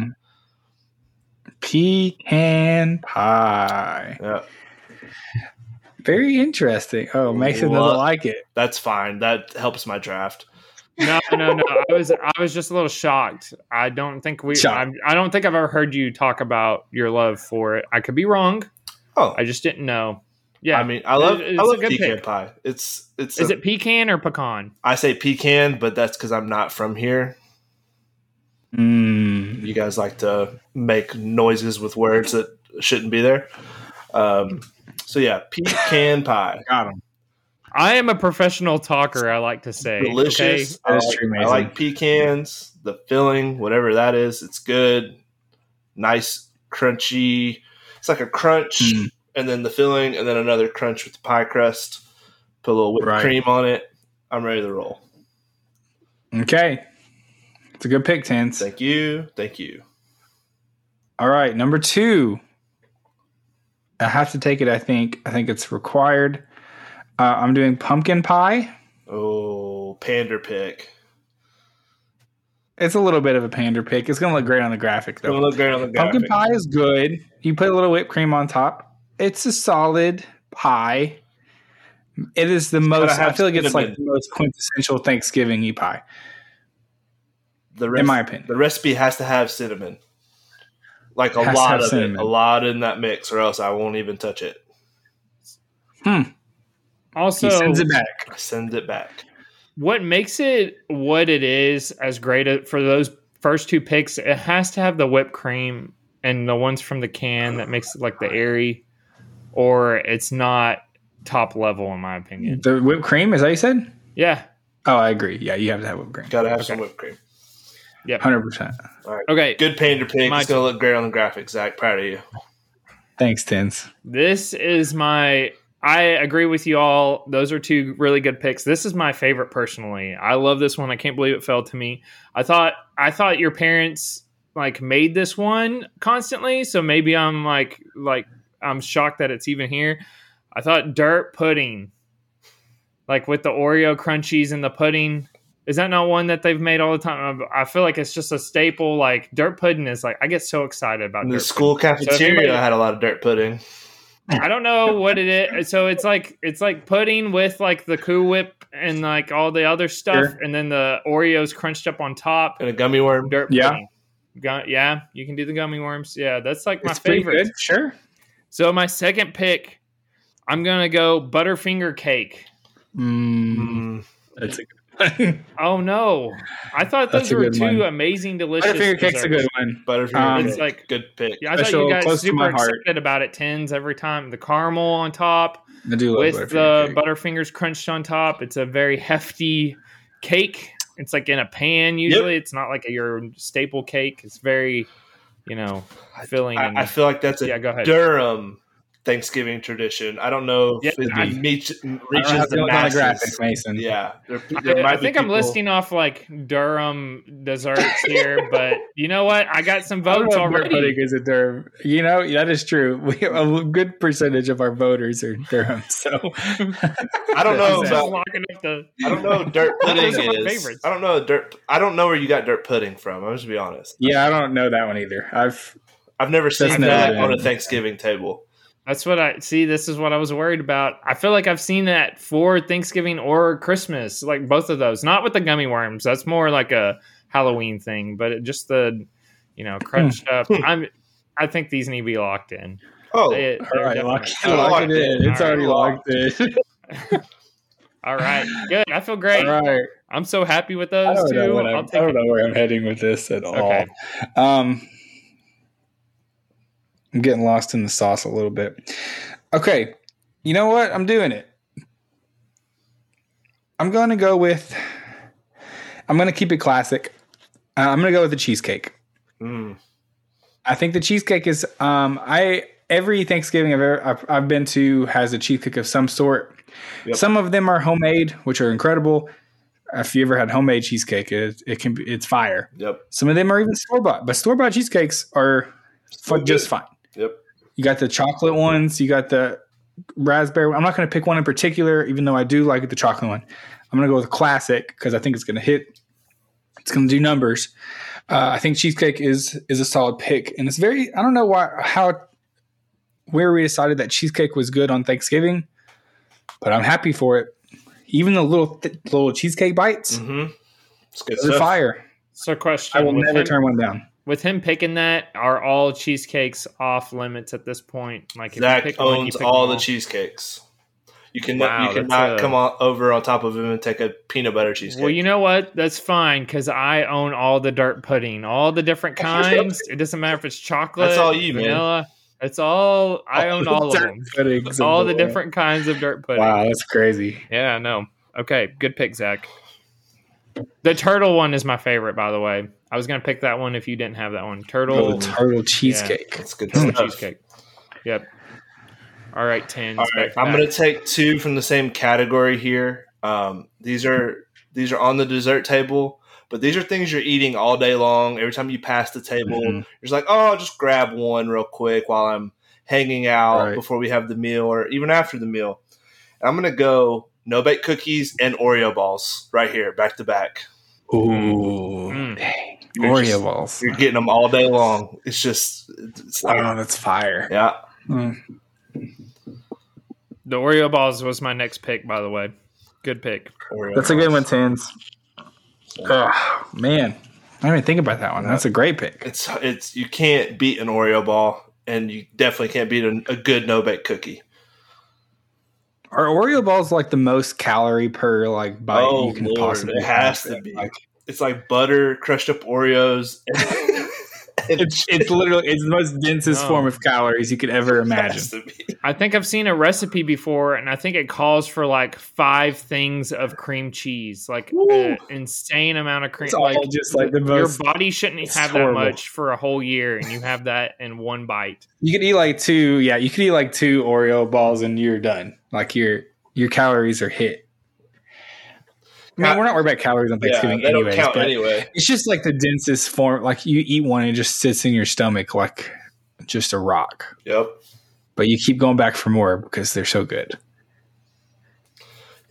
C: Pecan pie.
B: Yeah,
C: Very interesting. Oh, Mason
B: What?
C: doesn't like it.
B: that's fine. That helps my draft.
A: No, no, no. I was I was just a little shocked. I don't think we.
C: Shocked.
A: I'm, I don't think I've ever heard you talk about your love for it. I could be wrong.
B: Oh,
A: I just didn't know. Yeah.
B: I mean, I love
A: It's-
B: I
A: it's a
B: love
A: good
B: pecan
A: pick.
B: pie. It's it's
A: is
B: a-
A: it pecan or pecan?
B: I say pecan, but that's because I'm not from here.
C: Mm.
B: You guys like to make noises with words that shouldn't be there. Um, so yeah, pecan pie,
C: Got him.
A: I am a professional talker. I like to say
B: delicious.
C: That is
B: I like-
C: true,
B: I
C: Mason.
B: like pecans. The filling, whatever that is, it's good. Nice, crunchy. It's like a crunch,
C: Mm.
B: and then the filling, and then another crunch with the pie crust. Put a little whipped
C: Right.
B: cream on it. I'm ready to roll.
C: Okay. It's a good pick, Tens.
B: Thank you, thank you.
C: All right, number two. I have to take it, I think. I think it's required. Uh, I'm doing pumpkin pie.
B: Oh, pander pick.
C: It's a little bit of a pander pick. It's gonna look great on the graphic
B: It'll
C: though.
B: look great on the graphic.
C: Pumpkin pie is good. You put a little whipped cream on top. It's a solid pie. It is the most.
B: have
C: I feel like it's like
B: cinnamon.
C: the most quintessential Thanksgiving y pie,
B: The
C: in
B: rest-
C: my opinion.
B: the recipe has to have cinnamon, like
C: Has
B: a
C: to have
B: lot of
C: cinnamon.
B: it, a lot in that mix, or else I won't even touch it.
A: Also,
C: he sends it back.
B: I send it back.
A: what makes it what it is as great a- for those first two picks it has to have the whipped cream and the ones from the can that makes it like the airy or it's not top level in my opinion
C: The whipped cream, is that you said?
A: yeah
C: Oh, I agree. Yeah, you have to have whipped cream.
B: Got to have
A: Okay.
B: some whipped cream.
C: Hundred percent.
A: okay
B: Good painter pig.
A: My
B: it's gonna look great on the graphic. Zach, proud of you.
C: Thanks, Tins.
A: this is my i agree with you all those are two really good picks this is my favorite personally i love this one i can't believe it fell to me i thought i thought your parents like made this one constantly so maybe i'm like like i'm shocked that it's even here i thought dirt pudding like with the oreo crunchies and the pudding is that not one that they've made all the time i I feel like it's just a staple like dirt pudding is like i get so excited about
B: In
A: dirt
B: the school cafeteria,
A: anybody-
B: I had a lot of dirt pudding.
A: I don't know what it is. So it's like it's like pudding with like the Cool Whip and like all the other stuff,
C: Sure. Uh,
A: and then the Oreos crunched up on top.
B: And a gummy worm.
A: Dirt
C: Yeah.
A: pudding. Gu- yeah, you can do the gummy worms. Yeah, that's like my
C: It's pretty
A: favorite.
C: good. Sure.
A: So my second pick, I'm gonna go Butterfinger cake.
C: Mm,
B: Mm.
C: that's a good one.
A: Oh no, I thought
C: That's
A: those
C: a
A: were
C: good
A: two
C: one.
A: amazing delicious.
C: Butterfinger cake's a
A: desserts.
C: good one.
B: Butterfinger.
C: Um,
B: cake.
A: It's like-
B: good pick.
A: Yeah, I thought
C: Special,
A: you guys
C: close to
A: super
C: my heart.
A: excited about it. Tens every time. The caramel on top.
C: I do love
A: with
C: Butterfinger
A: the
C: cake.
A: butterfingers crunched on top. It's a very hefty cake. It's like in a pan usually. It's not like your staple cake. It's very, you know, filling. and,
B: I, I feel like that's a
A: yeah, go ahead.
B: Durham Thanksgiving tradition. I don't know if
A: Yeah,
B: it
A: I-
B: meets,
C: I don't
B: reaches
C: have to
B: the
C: look on the graphic,
B: masses.
C: Mason.
B: Yeah, there, there
A: I,
B: might
A: I
B: be
A: think I'm
B: people-
A: listing off like Durham desserts here, but you know what? I got some
C: I don't
A: votes
C: know if Dirt pudding
A: already.
C: is a Durham. You know that is true. We have a good percentage of our voters are Durham. So
B: I don't know
A: This is
B: about.
A: locking up the-
B: I don't know what dirt
A: Those
B: pudding
A: are my
B: is.
A: favorites.
B: I don't know dirt. I don't know where you got dirt pudding from. I'm just gonna be honest.
C: yeah, I don't know that one either. I've
B: I've never seen
C: That's
B: that
C: never
B: on a
C: been-
B: Thanksgiving table.
A: That's what I see. This is what I was worried about. I feel like I've seen that for Thanksgiving or Christmas, like both of those. Not with the gummy worms. That's more like a Halloween thing, but it, just the you know crunched up. I'm. I think these need to be locked in.
B: Oh,
A: They-
C: all
A: they're
C: right, lock,
A: definitely-
B: lock
C: lock
B: it
C: it in. It's
A: All right,
C: already
B: lock.
C: locked in.
A: all right, good. I feel
C: All
A: great.
C: right.
A: I'm so happy with
C: I
A: those
C: don't,
A: two.
C: know, what I'm,
A: I'll
C: I
A: take
C: don't
A: it.
C: know where I'm heading with this at
A: Okay.
C: all. Um, I'm getting lost in the sauce a little bit. Okay, you know what? I'm doing it. I'm going to go with. I'm going to keep it classic. Uh, I'm going to go with the cheesecake.
B: mm.
C: I think the cheesecake is. Um, I every Thanksgiving I've ever I've, I've been to has a cheesecake of some sort.
B: Yep.
C: Some of them are homemade, which are incredible. If you ever had homemade cheesecake, it, it can be, it's fire.
B: yep,
C: Some of them are even store bought, but store bought cheesecakes are
B: Still
C: fu- just
B: good.
C: fine.
B: Yep.
C: You got the chocolate ones. You got the raspberry. one. I'm not going to pick one in particular, even though I do like the chocolate one. I'm going to go with classic because I think it's going to hit. It's going to do numbers. Uh, I think cheesecake is is a solid pick, and it's very. I don't know why how where we decided that cheesecake was good on Thanksgiving, but I'm happy for it. Even the little th- little cheesecake bites,
A: Mm.
B: Mm-hmm. It's good
C: those are
B: stuff.
C: fire.
A: So, question:
C: I will
A: with
C: never
A: him,
C: turn one down.
A: with him picking that. Are all cheesecakes off limits at this point? Like if you
B: Zach
A: pick one, you
B: owns
A: pick
B: all
A: them
B: the cheesecakes. You can
A: Wow,
B: you
A: that's
B: cannot
A: a-
B: come on, over on top of him and take a peanut butter cheesecake.
A: Well, you know what? That's fine because I own all the dirt pudding, all the different kinds. it doesn't matter if it's chocolate.
B: That's all you, man.
A: vanilla. It's all I own all of
C: Dirt
A: them.
C: puddings of
A: All the
C: world.
A: different kinds of dirt pudding.
C: Wow, that's crazy.
A: Yeah, I know. Okay, good pick, Zach. The turtle one is my favorite, by the way. I was gonna pick that one if you didn't have that one. Turtle
B: Oh,
C: Little turtle cheesecake.
B: it's good
A: turtle
B: stuff.
A: cheesecake. Yep. All right, ten.
B: All right, I'm going to take two from the same category here. Um, these are these are on the dessert table, but these are things you're eating all day long. Every time you pass the table,
C: Mhm.
B: you're just like, oh, I'll just grab one real quick while I'm hanging out
C: Right.
B: before we have the meal, or even after the meal. And I'm going to go no bake cookies and Oreo balls right here, back to back.
C: Ooh,
A: Mm.
C: dang. Gloria
B: just-
C: balls.
B: You're getting them all day long. It's just, it's like,
C: Oh, that's fire.
B: yeah.
C: Mm.
A: The Oreo balls was my next pick, by the way. Good pick.
B: Oreo
C: That's a good
B: balls.
C: one, Tins. Oh, man. I didn't even think about that one. That's a great pick.
B: It's it's you can't beat an Oreo ball, and you definitely can't beat an, a good no bake cookie.
C: Are Oreo balls like the most calorie per like bite
B: Oh,
C: you can
B: Lord,
C: possibly?
B: it has
C: have?
B: to be.
C: Like,
B: It's like butter, crushed up Oreos. and- and
C: it's, it's literally it's the most densest
A: No.
C: form of calories you could ever
B: has
C: imagine.
B: to be.
A: I think I've seen a recipe before, and I think it calls for like five things of cream cheese, like
B: Woo.
A: an insane amount of cream.
C: It's all
A: like
C: just like the most.
A: your body shouldn't
C: it's
A: have
C: horrible.
A: that much for a whole year, and you have that in one bite.
C: you could eat like two. Yeah, you could eat like two Oreo balls and you're done. Like your your calories are hit. I mean, we're not worried about calories on Thanksgiving
B: yeah, they
C: anyways.
B: don't count
C: but
B: anyway.
C: It's just like the densest form. Like you eat one and it just sits in your stomach like just a rock.
B: Yep.
C: But you keep going back for more because they're so good.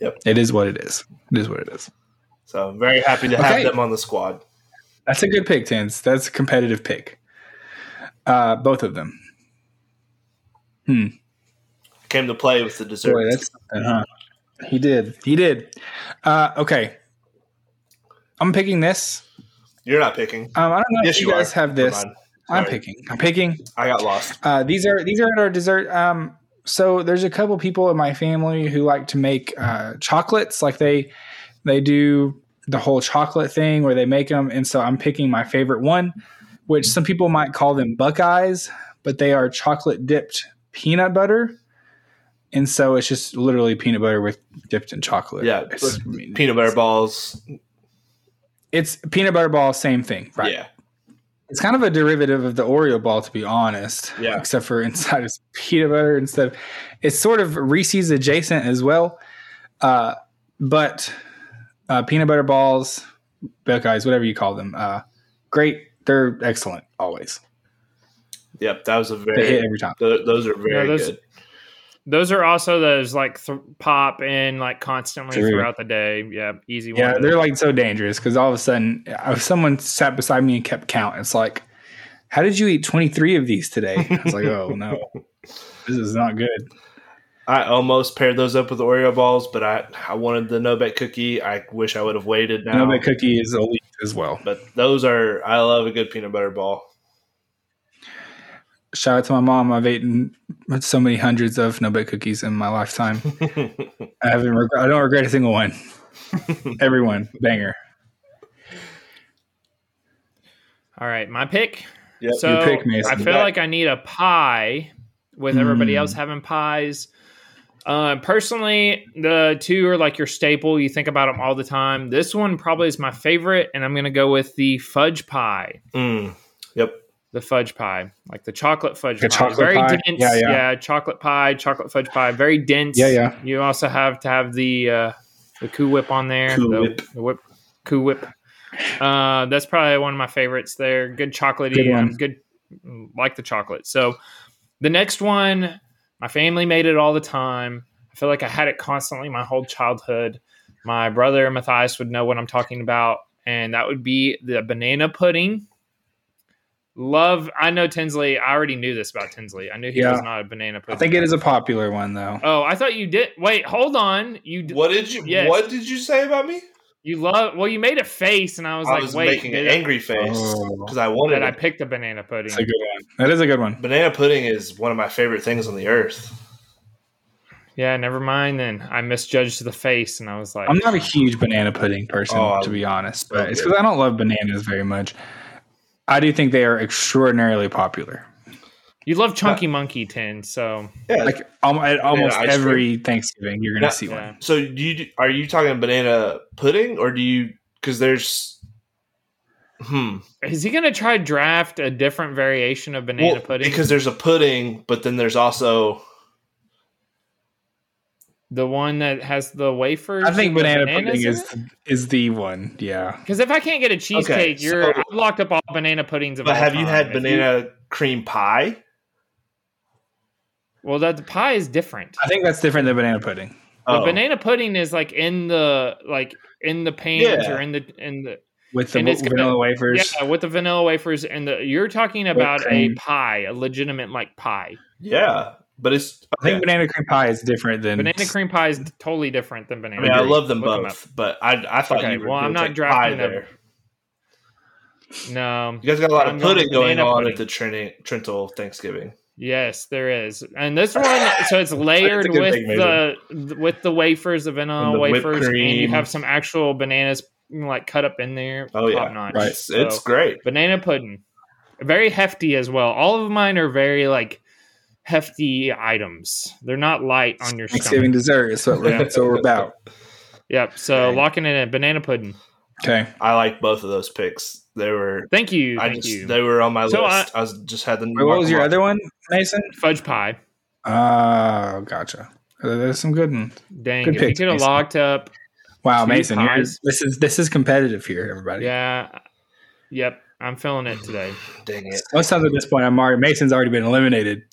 B: Yep.
C: It is what it is. It is what it is.
B: So I'm very happy to have
C: Okay.
B: them on the squad.
C: That's a good pick, Tans. That's a competitive pick. Uh, both of them.
B: Came to play with the dessert.
C: Boy, that's uh-huh. something, huh? He did. He did. Uh, okay. I'm picking this.
B: You're not picking.
C: Um, I don't know
B: Yes,
C: if you,
B: you
C: guys
B: are.
C: have this.
B: Never mind.
C: I'm
B: Sorry.
C: picking. I'm picking.
B: I got lost.
C: Uh, these are these are at our dessert. Um, so there's a couple people in my family who like to make uh, chocolates. Like they they do the whole chocolate thing where they make them. And so I'm picking my favorite one, which some people might call them Buckeyes, but they are chocolate dipped peanut butter. And so it's just literally peanut butter with dipped in chocolate.
B: Yeah,
C: it's,
B: but
C: I mean,
B: Peanut butter balls.
C: it's peanut butter ball, same thing, right?
B: Yeah.
C: It's kind of a derivative of the Oreo ball, to be honest.
B: Yeah.
C: Except for inside is peanut butter and stuff. It's sort of Reese's adjacent as well. Uh, but uh, peanut butter balls, Buckeyes, whatever you call them, uh, great. They're excellent always.
B: Yep. That was a
C: They hit
B: very.
C: every time.
B: Th- those are very
A: those-
B: good.
A: Those are also those like th- pop in like constantly
C: True.
A: throughout the day. Yeah, easy
C: Yeah,
A: one.
C: they're like so dangerous because all of a sudden, uh, if someone sat beside me and kept count, it's like, how did you eat 23 of these today? I was like, oh no, this is not good.
B: I almost paired those up with Oreo balls, but I I wanted the no bake cookie. I wish I would have waited now.
C: No, that cookie is elite as well.
B: But those are I love a good peanut butter ball.
C: shout out to my mom. I've eaten so many hundreds of no bake cookies in my lifetime. I haven't. Reg- I don't regret a single one. Everyone banger.
A: All right, my pick.
B: Yep.
A: so
C: Your pick, Mason.
A: I feel like I need a pie with everybody
C: Mm.
A: else having pies. Uh, personally, the two are like your staple. You think about them all the time. This one probably is my favorite, and I'm going to go with the fudge pie.
B: Mm, yep.
A: The fudge pie, like the chocolate fudge
C: The
A: pie.
C: chocolate
A: very
C: pie.
A: dense.
C: Yeah,
A: Yeah,
C: yeah.
A: chocolate pie, chocolate fudge pie. Very dense.
C: Yeah, yeah.
A: You also have to have the uh, the Cool Whip on there.
B: Cool
A: the,
B: Whip.
A: The whip. Cool Whip. Uh, that's probably one of my favorites there. Good chocolatey.
C: Good
A: Good,
C: one.
A: um, good like the chocolate. So the next one, my family made it all the time. I feel like I had it constantly my whole childhood. My brother Matthias would know what I'm talking about, and that would be the banana pudding. Love, I know Tinsley. I already knew this about Tinsley. I knew he
C: Yeah.
A: was not a banana
C: I
A: pudding.
C: think it is a popular one though.
A: Oh, I thought you did. Wait, hold on. You d-
B: What did you
A: Yes.
B: What did you say about me?
A: you love? Well, you made a face, and I
B: I
A: was
B: was,
A: like, wait,
B: making an
A: did I-
B: angry face
C: Oh.
B: because I wanted
A: that I
B: it.
A: picked a banana pudding.
C: It's a good one. That is a good one.
B: banana pudding is one of my favorite things on the earth.
A: yeah, never mind. Then I misjudged the face, and I was like,
C: I'm not a huge banana pudding person
B: Oh,
C: to be honest,
B: so
C: but it's
B: good.
C: because I don't love bananas very much. I do think they are extraordinarily popular.
A: You love Chunky Monkey Tin, so
B: Yeah.
C: Like um, at almost
B: ice cream.
C: every Thanksgiving, you're gonna
B: Yeah.
C: see one.
A: yeah.
B: so you do- are you talking banana pudding or do you? Because there's. Hmm.
A: is he gonna try draft a different variation of banana
B: Well,
A: pudding?
B: because there's a pudding, but then there's also
A: the one that has the wafers.
C: I think
A: and the
C: banana
A: bananas
C: pudding
A: in
C: is
A: it?
C: is the one. Yeah.
A: Because if I can't get a cheesecake, you're
B: so-
A: I've locked up all banana puddings. Of
B: But
A: all
B: have you
A: time.
B: had
A: If
B: banana cream pie?
A: well, that the pie is different.
C: I think that's different than banana pudding.
B: Oh,
A: The banana pudding is like in the like in the pans
B: Yeah.
A: or in the in the
C: with the w- vanilla
A: gonna-
C: wafers.
A: Yeah, with the vanilla wafers and the you're talking about a
C: cream.
A: pie, a legitimate like pie.
B: Yeah, but it's
C: I think banana cream pie is different than
A: Banana cream pie is totally different than banana.
B: I mean, I
A: cream.
B: love them
A: Look 'em
B: both, but I I thought
A: Okay,
B: you were
A: well, I'm
B: gonna
A: not
B: take
A: drafting
B: pie
A: them.
B: there.
A: up. No.
B: You guys got a lot
A: I'm
B: of
A: going
B: pudding going
A: banana
B: on
A: pudding.
B: at the Trin- Trental Thanksgiving.
A: Yes, there is, and this one, so it's layered
C: good
A: with
C: thing, maybe.
A: the with the wafers, the vanilla
B: And the whipped
A: wafers, and you
B: cream.
A: have some actual bananas mm, like cut up in there.
B: Oh, yeah.
A: notch.
C: Right.
B: It's, it's great.
A: banana pudding, very hefty as well. All of mine are very like hefty items. They're not light on your
C: Thanksgiving
A: stomach.
C: dessert. Is what we're, that's what we're about.
A: Yep. So
B: Dang.
A: locking it in banana pudding.
C: Okay.
B: I like both of those picks. They were
A: Thank you.
B: I
A: thank
B: just
A: you.
B: they were on my
A: So
B: list. I, was just had the
C: Wait, what was your other one, Mason?
A: Fudge pie.
C: Oh, gotcha. Uh, There's some good ones.
A: Dang,
C: Good
A: if you
C: picks,
A: could have
C: Mason.
A: locked up
C: Wow,
A: Two
C: Mason, you're-
A: pies.
C: this is this is competitive here, everybody.
A: Yeah. Yep. I'm feeling it today.
B: Dang it.
C: Most times at this point, I'm already Mason's already been eliminated.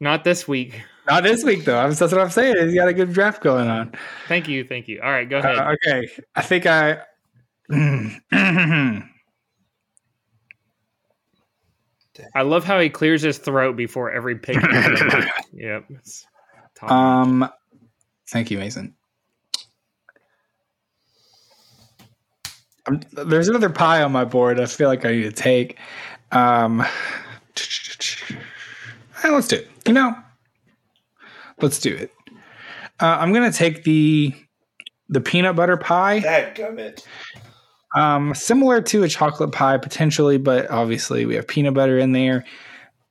A: Not this week.
C: Not this week though. I'm, that's what I'm saying. He's got a good draft going on.
A: Thank you. Thank you. All right. Go ahead.
C: Uh, okay, I think I. hmm.
A: I love how he clears his throat before every pick. yep. It's top.
C: um, thank you, Mason. Um, there's another pie on my board. I feel like I need to take. Um, eh, let's do it. You know, let's do it. Uh, I'm gonna take the the peanut butter pie.
B: That gummit.
C: um, similar to a chocolate pie potentially, but obviously we have peanut butter in there.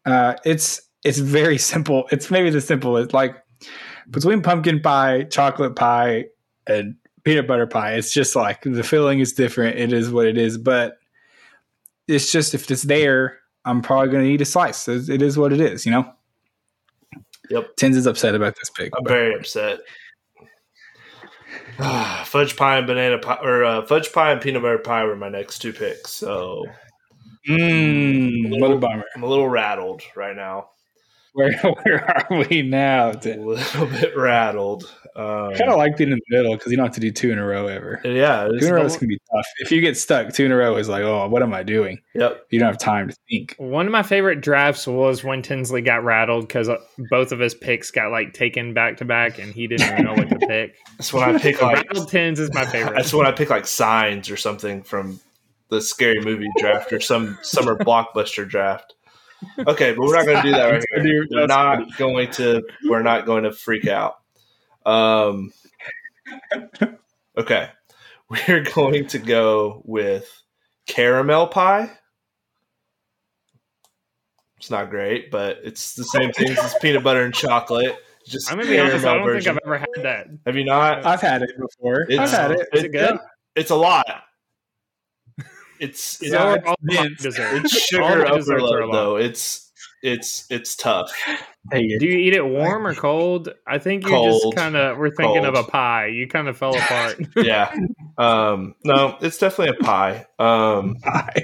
C: Uh, it's it's very simple. It's maybe the simplest. Like between pumpkin pie, chocolate pie, and peanut butter pie, it's just like the filling is different. It is what it is, but it's just if it's there, I'm probably going to eat a slice. It it is what it is, you know.
B: Yep.
C: Tins is upset about this pick.
B: I'm
C: but-
B: very upset. Ah, fudge pie and banana pie, or uh, fudge pie and peanut butter pie were my next two picks. So
C: Mm, what a bummer.
B: I'm a little rattled right now.
C: Where, where are we now?
B: A little bit rattled. Um,
C: I kind of like being in the middle because you don't have to do two in a row ever.
B: yeah.
C: Two
B: it's
C: in a row is
B: not-
C: gonna be tough. If you get stuck, two in a row is like, oh, what am I doing?
B: yep.
C: You don't have time to think.
A: One of my favorite drafts was when Tinsley got rattled because both of his picks got like taken back to back and he didn't even know what to pick.
B: That's when I pick like
A: Rattled Tins is my favorite.
B: That's when I pick like signs or something from the scary movie draft or some summer blockbuster draft. Okay, but we're not going to do that right here.
C: Dude,
B: We're
C: that's
B: not going to. We're not going to freak out. Um. Okay, we're going to go with caramel pie. It's not great, but it's the same things as peanut butter and chocolate. Just
A: I'm gonna be honest. I
B: caramel
A: don't
B: version.
A: think I've ever had that.
B: Have you not?
C: I've had it before.
B: It's-
C: I've had it.
A: Is it good?
B: It's a lot. It's it's,
A: So
C: Yeah,
A: are all
C: it's
A: my
C: dense.
A: desserts.
B: it's
A: All
B: sugar
A: the desserts are a
B: overload
A: lot.
B: though. It's it's it's tough.
A: Do you eat it warm or cold? I think you just
B: Cold.
A: kind of we're thinking of a
B: Cold.
A: pie. You kind of fell apart.
B: Yeah. Um no, it's definitely a pie. Um
C: Pie.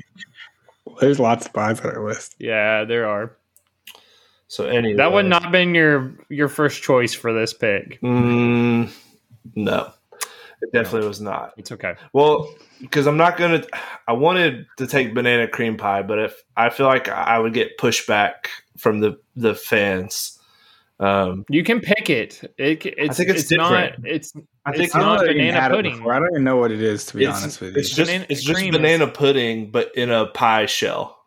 C: There's lots of pies on our list.
A: yeah, there are.
B: so anyway.
A: That would not been your your first choice for this pick.
B: mm, no. It definitely was not.
A: It's okay.
B: Well, because I'm not gonna I wanted to take banana cream pie, but if I feel like I would get pushback from the the fans. Um
A: You can pick it. It c- it's,
B: think
A: it's,
B: it's
A: not
B: different.
A: it's
B: I
A: It's
B: think
A: not
C: I've even
A: banana
C: had it
A: pudding.
C: before. I don't even know what it is to be
B: it's,
C: honest with you.
B: it's just
A: Banana
B: it's just
A: cream is-
B: banana pudding, but in a pie shell.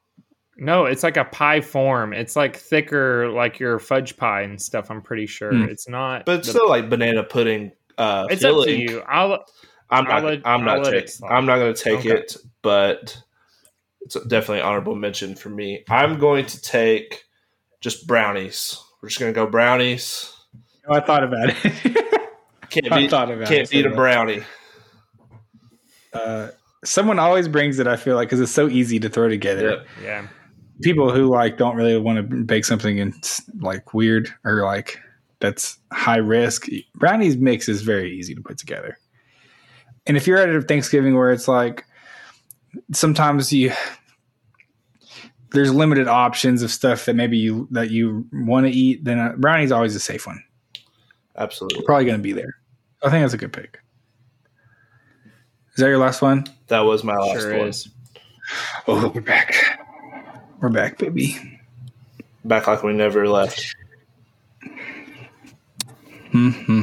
A: no, it's like a pie form. It's like thicker like your fudge pie and stuff, I'm pretty sure.
C: Hmm.
A: It's not
B: But it's still like banana pudding. Uh,
A: it's up to
B: filling.
A: you. I'll
B: I'm not.
A: I'll let-
B: I'm
A: I'll
B: not.
A: let it
B: Take,
A: slide.
B: I'm not going to take
A: Okay.
B: it. But it's definitely an honorable mention for me. I'm going to take just brownies. We're just going to go brownies.
C: No, I thought about it.
B: Can't
C: I
B: beat.
C: thought about
B: Can't
C: it.
B: beat a brownie.
C: Uh, someone always brings it. I feel like because it's so easy to throw together.
B: Yep.
A: yeah.
C: People who like don't really want to bake something and it's, like weird or like that's high risk. Brownies mix is very easy to put together. And if you're at a Thanksgiving where it's like sometimes you there's limited options of stuff that maybe you that you want to eat, then a brownie's always a safe one.
B: Absolutely.
C: Probably going to be there. I think that's a good pick. Is that your last one?
B: That was my last
A: Sure
B: one.
A: is.
C: Oh, we're back. We're back, baby.
B: Back like we never left.
C: Hmm,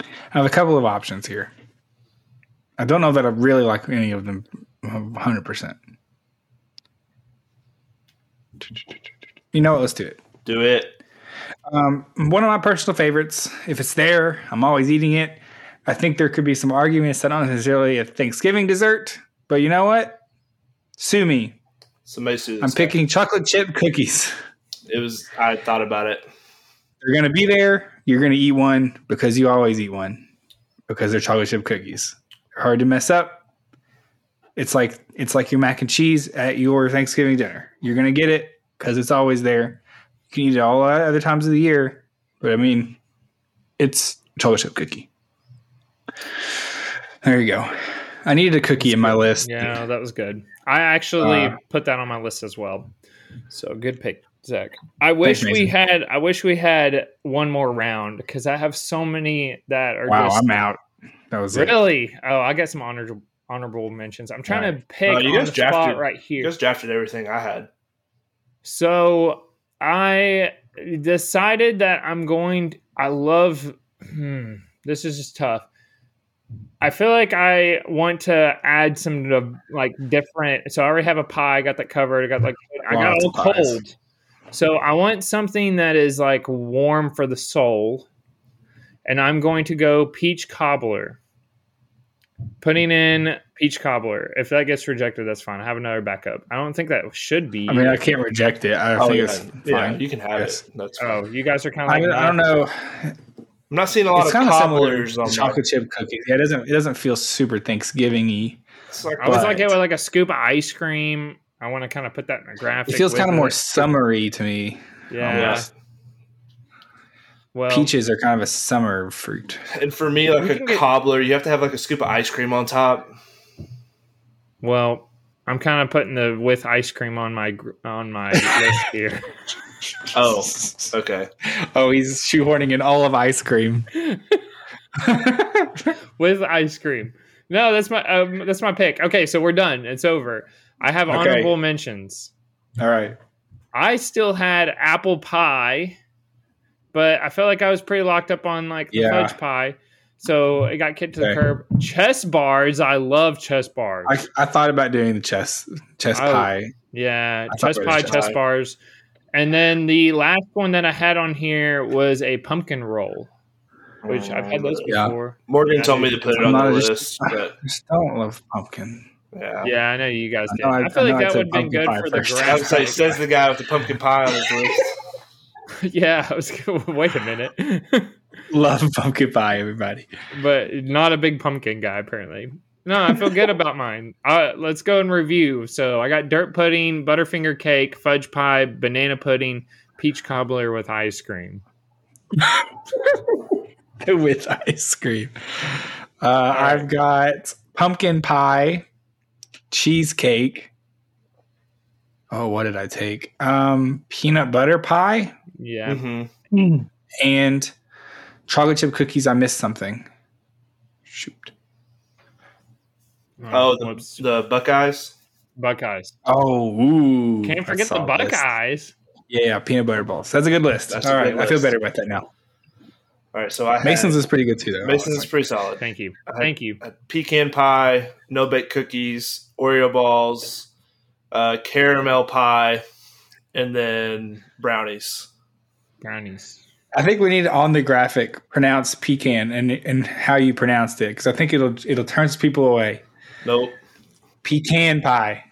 C: I have a couple of options here. I don't know that I really like any of them uh, 100%. You know what? Let's do it.
B: Do it.
C: Um, one of my personal favorites, if it's there, I'm always eating it. I think there could be some arguments that not necessarily a Thanksgiving dessert, but you know what? Sue me.
B: Somebody sue this
C: I'm
B: guy.
C: picking chocolate chip cookies.
B: It was. I thought about it.
C: They're going to be there. You're going to eat one because you always eat one because they're chocolate chip cookies. They're hard to mess up. It's like it's like your mac and cheese at your Thanksgiving dinner. You're going to get it because it's always there. You can eat it all at other times of the year, but I mean, it's chocolate chip cookie. There you go. I needed a cookie in my list.
A: Yeah, that was good. I actually
C: Uh,
A: put that on my list as well. So good pick, Zach. I wish we
C: Mason.
A: had. I wish we had one more round because I have so many that are
C: Wow,
A: just
C: I'm out. That was it.
A: really. Oh, I got some honorable honorable mentions. I'm trying to pick
B: Oh, you
A: on
B: guys
A: the spot
B: drafted-
A: right here.
B: You guys drafted everything I had.
A: So I decided that I'm going. I love. Hmm, this is just tough. I feel like I want to add some of like different. So I already have a pie. I got that covered. I got like I got
C: Lots
A: all
C: of pies.
A: cold. So I want something that is like warm for the soul, and I'm going to go peach cobbler. Putting in peach cobbler. If that gets rejected, that's fine. I have another backup. I don't think that should be.
C: I mean, I can't reject it. I think
B: Oh, yeah.
C: it's
B: Yeah,
C: fine.
B: you can have
C: Yes.
B: it. That's. Fine.
A: Oh, you guys are kind
C: I,
A: of like
C: I don't know.
B: I'm not seeing a lot
C: It's
B: of
C: kind of similar
B: cobblers
C: to
B: on
C: chocolate
B: chocolate.
C: chip cookies. Yeah, it doesn't it doesn't feel super Thanksgiving-y.
B: Like,
A: I was
C: but-
A: like it with like a scoop of ice cream. I want to kind of put that in a
C: It
A: graphic.
C: feels
A: with
C: kind of more summery to me.
A: Oh, Yeah.
B: almost.
A: Well,
C: Peaches are kind of a summer fruit.
B: And for me, like
A: We can
B: a
A: get-
B: cobbler, you have to have like a scoop of ice cream on top.
A: well, I'm kind of putting the with ice cream on my gr- on my list here.
B: Oh, okay.
C: Oh, he's shoehorning in all of ice cream.
A: With ice cream. No, that's my um, that's my pick. Okay, so we're done. It's over. I have
C: Okay.
A: honorable mentions.
C: all right.
A: I still had apple pie, but I felt like I was pretty locked up on like the
C: Yeah.
A: fudge pie. So it got kicked to the
C: Okay.
A: curb. Chess bars. I love chess bars.
C: I, I thought about doing the chess chess
A: I-
C: pie.
A: Yeah,
C: I thought
A: chest
C: it was
A: pie,
C: chest
A: chest
B: pie.
A: bars. And then the last one that I had on here was a pumpkin roll, which I've had those
C: Yeah.
A: before.
B: Morgan told me to put it
C: I'm
B: on the
C: not just-
B: list, but
C: I just don't love pumpkin.
B: yeah.
A: Yeah, I know you guys
C: I
A: did.
C: know I-
A: I, feel
C: I know
A: like
C: I
A: that
C: said
A: would have been
C: pumpkin
A: good
C: pie
A: for the
C: first.
B: I was gonna say,
A: graphic.
B: says the guy with the pumpkin pie on his list.
A: yeah, I was gonna, wait a minute,
C: Love pumpkin pie, everybody.
A: but not a big pumpkin guy apparently. No, I feel good about mine. Uh, let's go and review. So I got dirt pudding, butterfinger cake, fudge pie, banana pudding, peach cobbler with ice cream.
C: with ice cream. Uh, I've got pumpkin pie, cheesecake. Oh, what did I take? Um, peanut butter pie
A: Yeah,
B: hmm
C: and chocolate chip cookies. I missed something. Shoot. Mm-hmm.
B: Oh, the,
A: whoops.
B: the Buckeyes.
A: Buckeyes.
C: Oh, ooh.
A: Can't
C: That's
A: forget the
C: all list.
A: Buckeyes.
C: Yeah, yeah, peanut butter balls. That's a good list.
B: That's a
C: all right,
B: good
C: I feel
B: list.
C: better about that now.
B: All right, so I had,
C: Mason's is pretty good too, though.
B: Mason's is pretty solid.
A: Thank you.
B: I-
A: Thank you.
B: Uh, pecan pie, no bake cookies, Oreo balls, uh, caramel pie, and then brownies.
A: Brownies.
C: I think we need on the graphic pronounce pecan and and how you pronounced it because I think it'll it'll turns people away.
B: Nope.
C: Pecan pie.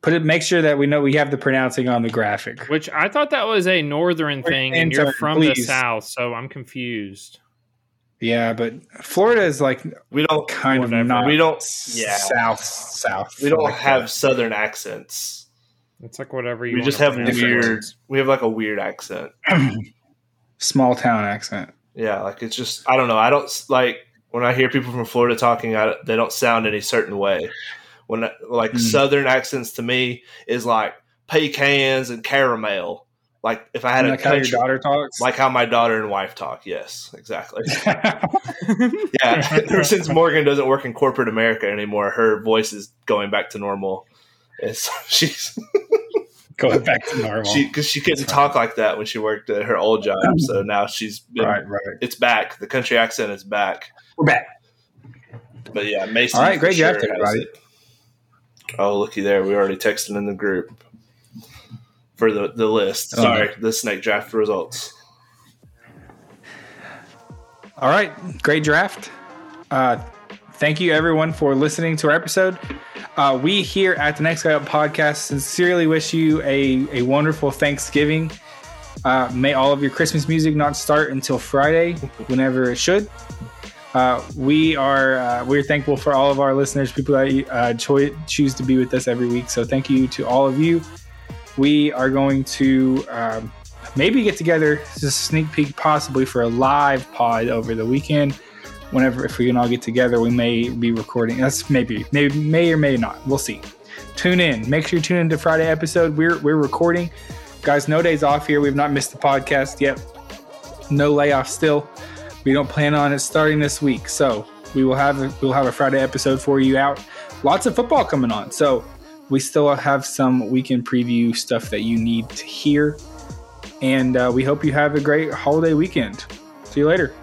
C: Put it. Make sure that we know we have the pronouncing on the graphic.
A: Which I thought that was a northern
C: Quick
A: thing, and you're
C: answer,
A: from the
C: please.
A: south, so I'm confused.
C: Yeah, but Florida is like
B: We don't.
C: kind
A: Whatever.
C: of not.
B: We don't. Yeah.
C: south south.
B: We don't
C: like uh,
B: have
C: that.
B: southern accents.
A: It's like whatever you.
B: We
A: wanna
B: just have
A: pronounce it.
B: weird. We have like a weird accent.
C: small town accent.
B: Yeah, like it's just I don't know. I don't s- like when I hear people from Florida talking. I, they don't sound any certain way. When I- like
C: Mm.
B: Southern accents to me is like pecans and caramel. Like if I had
C: like
B: a
C: how your
B: country,
C: daughter talks.
B: like how my daughter and wife talk. Yes, exactly. yeah. Ever since Morgan doesn't work in corporate America anymore, her voice is going back to normal. It's, she's
C: going back to normal.
B: she because she couldn't talk like that when she worked at her old job, so now she's been,
C: right, right.
B: it's back. The country accent is back.
C: We're back.
B: But yeah, Mason.
C: All right,
B: for
C: great job,
B: has
C: everybody.
B: it. Oh, looky there. We already texted in the group for the, the list.
C: Oh.
B: Sorry, the snake draft results.
C: All right, great draft. Uh, thank you everyone for listening to our episode. Uh, we here at the Next Guy Up podcast sincerely wish you a, a wonderful Thanksgiving. Uh, may all of your Christmas music not start until Friday, whenever it should. Uh, we are uh, we're thankful for all of our listeners, people that uh, choi- choose to be with us every week. So thank you to all of you. We are going to. Um, maybe get together just a sneak peek possibly for a live pod over the weekend whenever if we can all get together we may be recording that's maybe maybe may or may not we'll see tune in make sure you tune in to friday episode we're we're recording guys no days off here we've not missed the podcast yet no layoff still we don't plan on it starting this week so we will have a, we'll have a friday episode for you out lots of football coming on so we still have some weekend preview stuff that you need to hear and uh, we hope you have a great holiday weekend. See you later.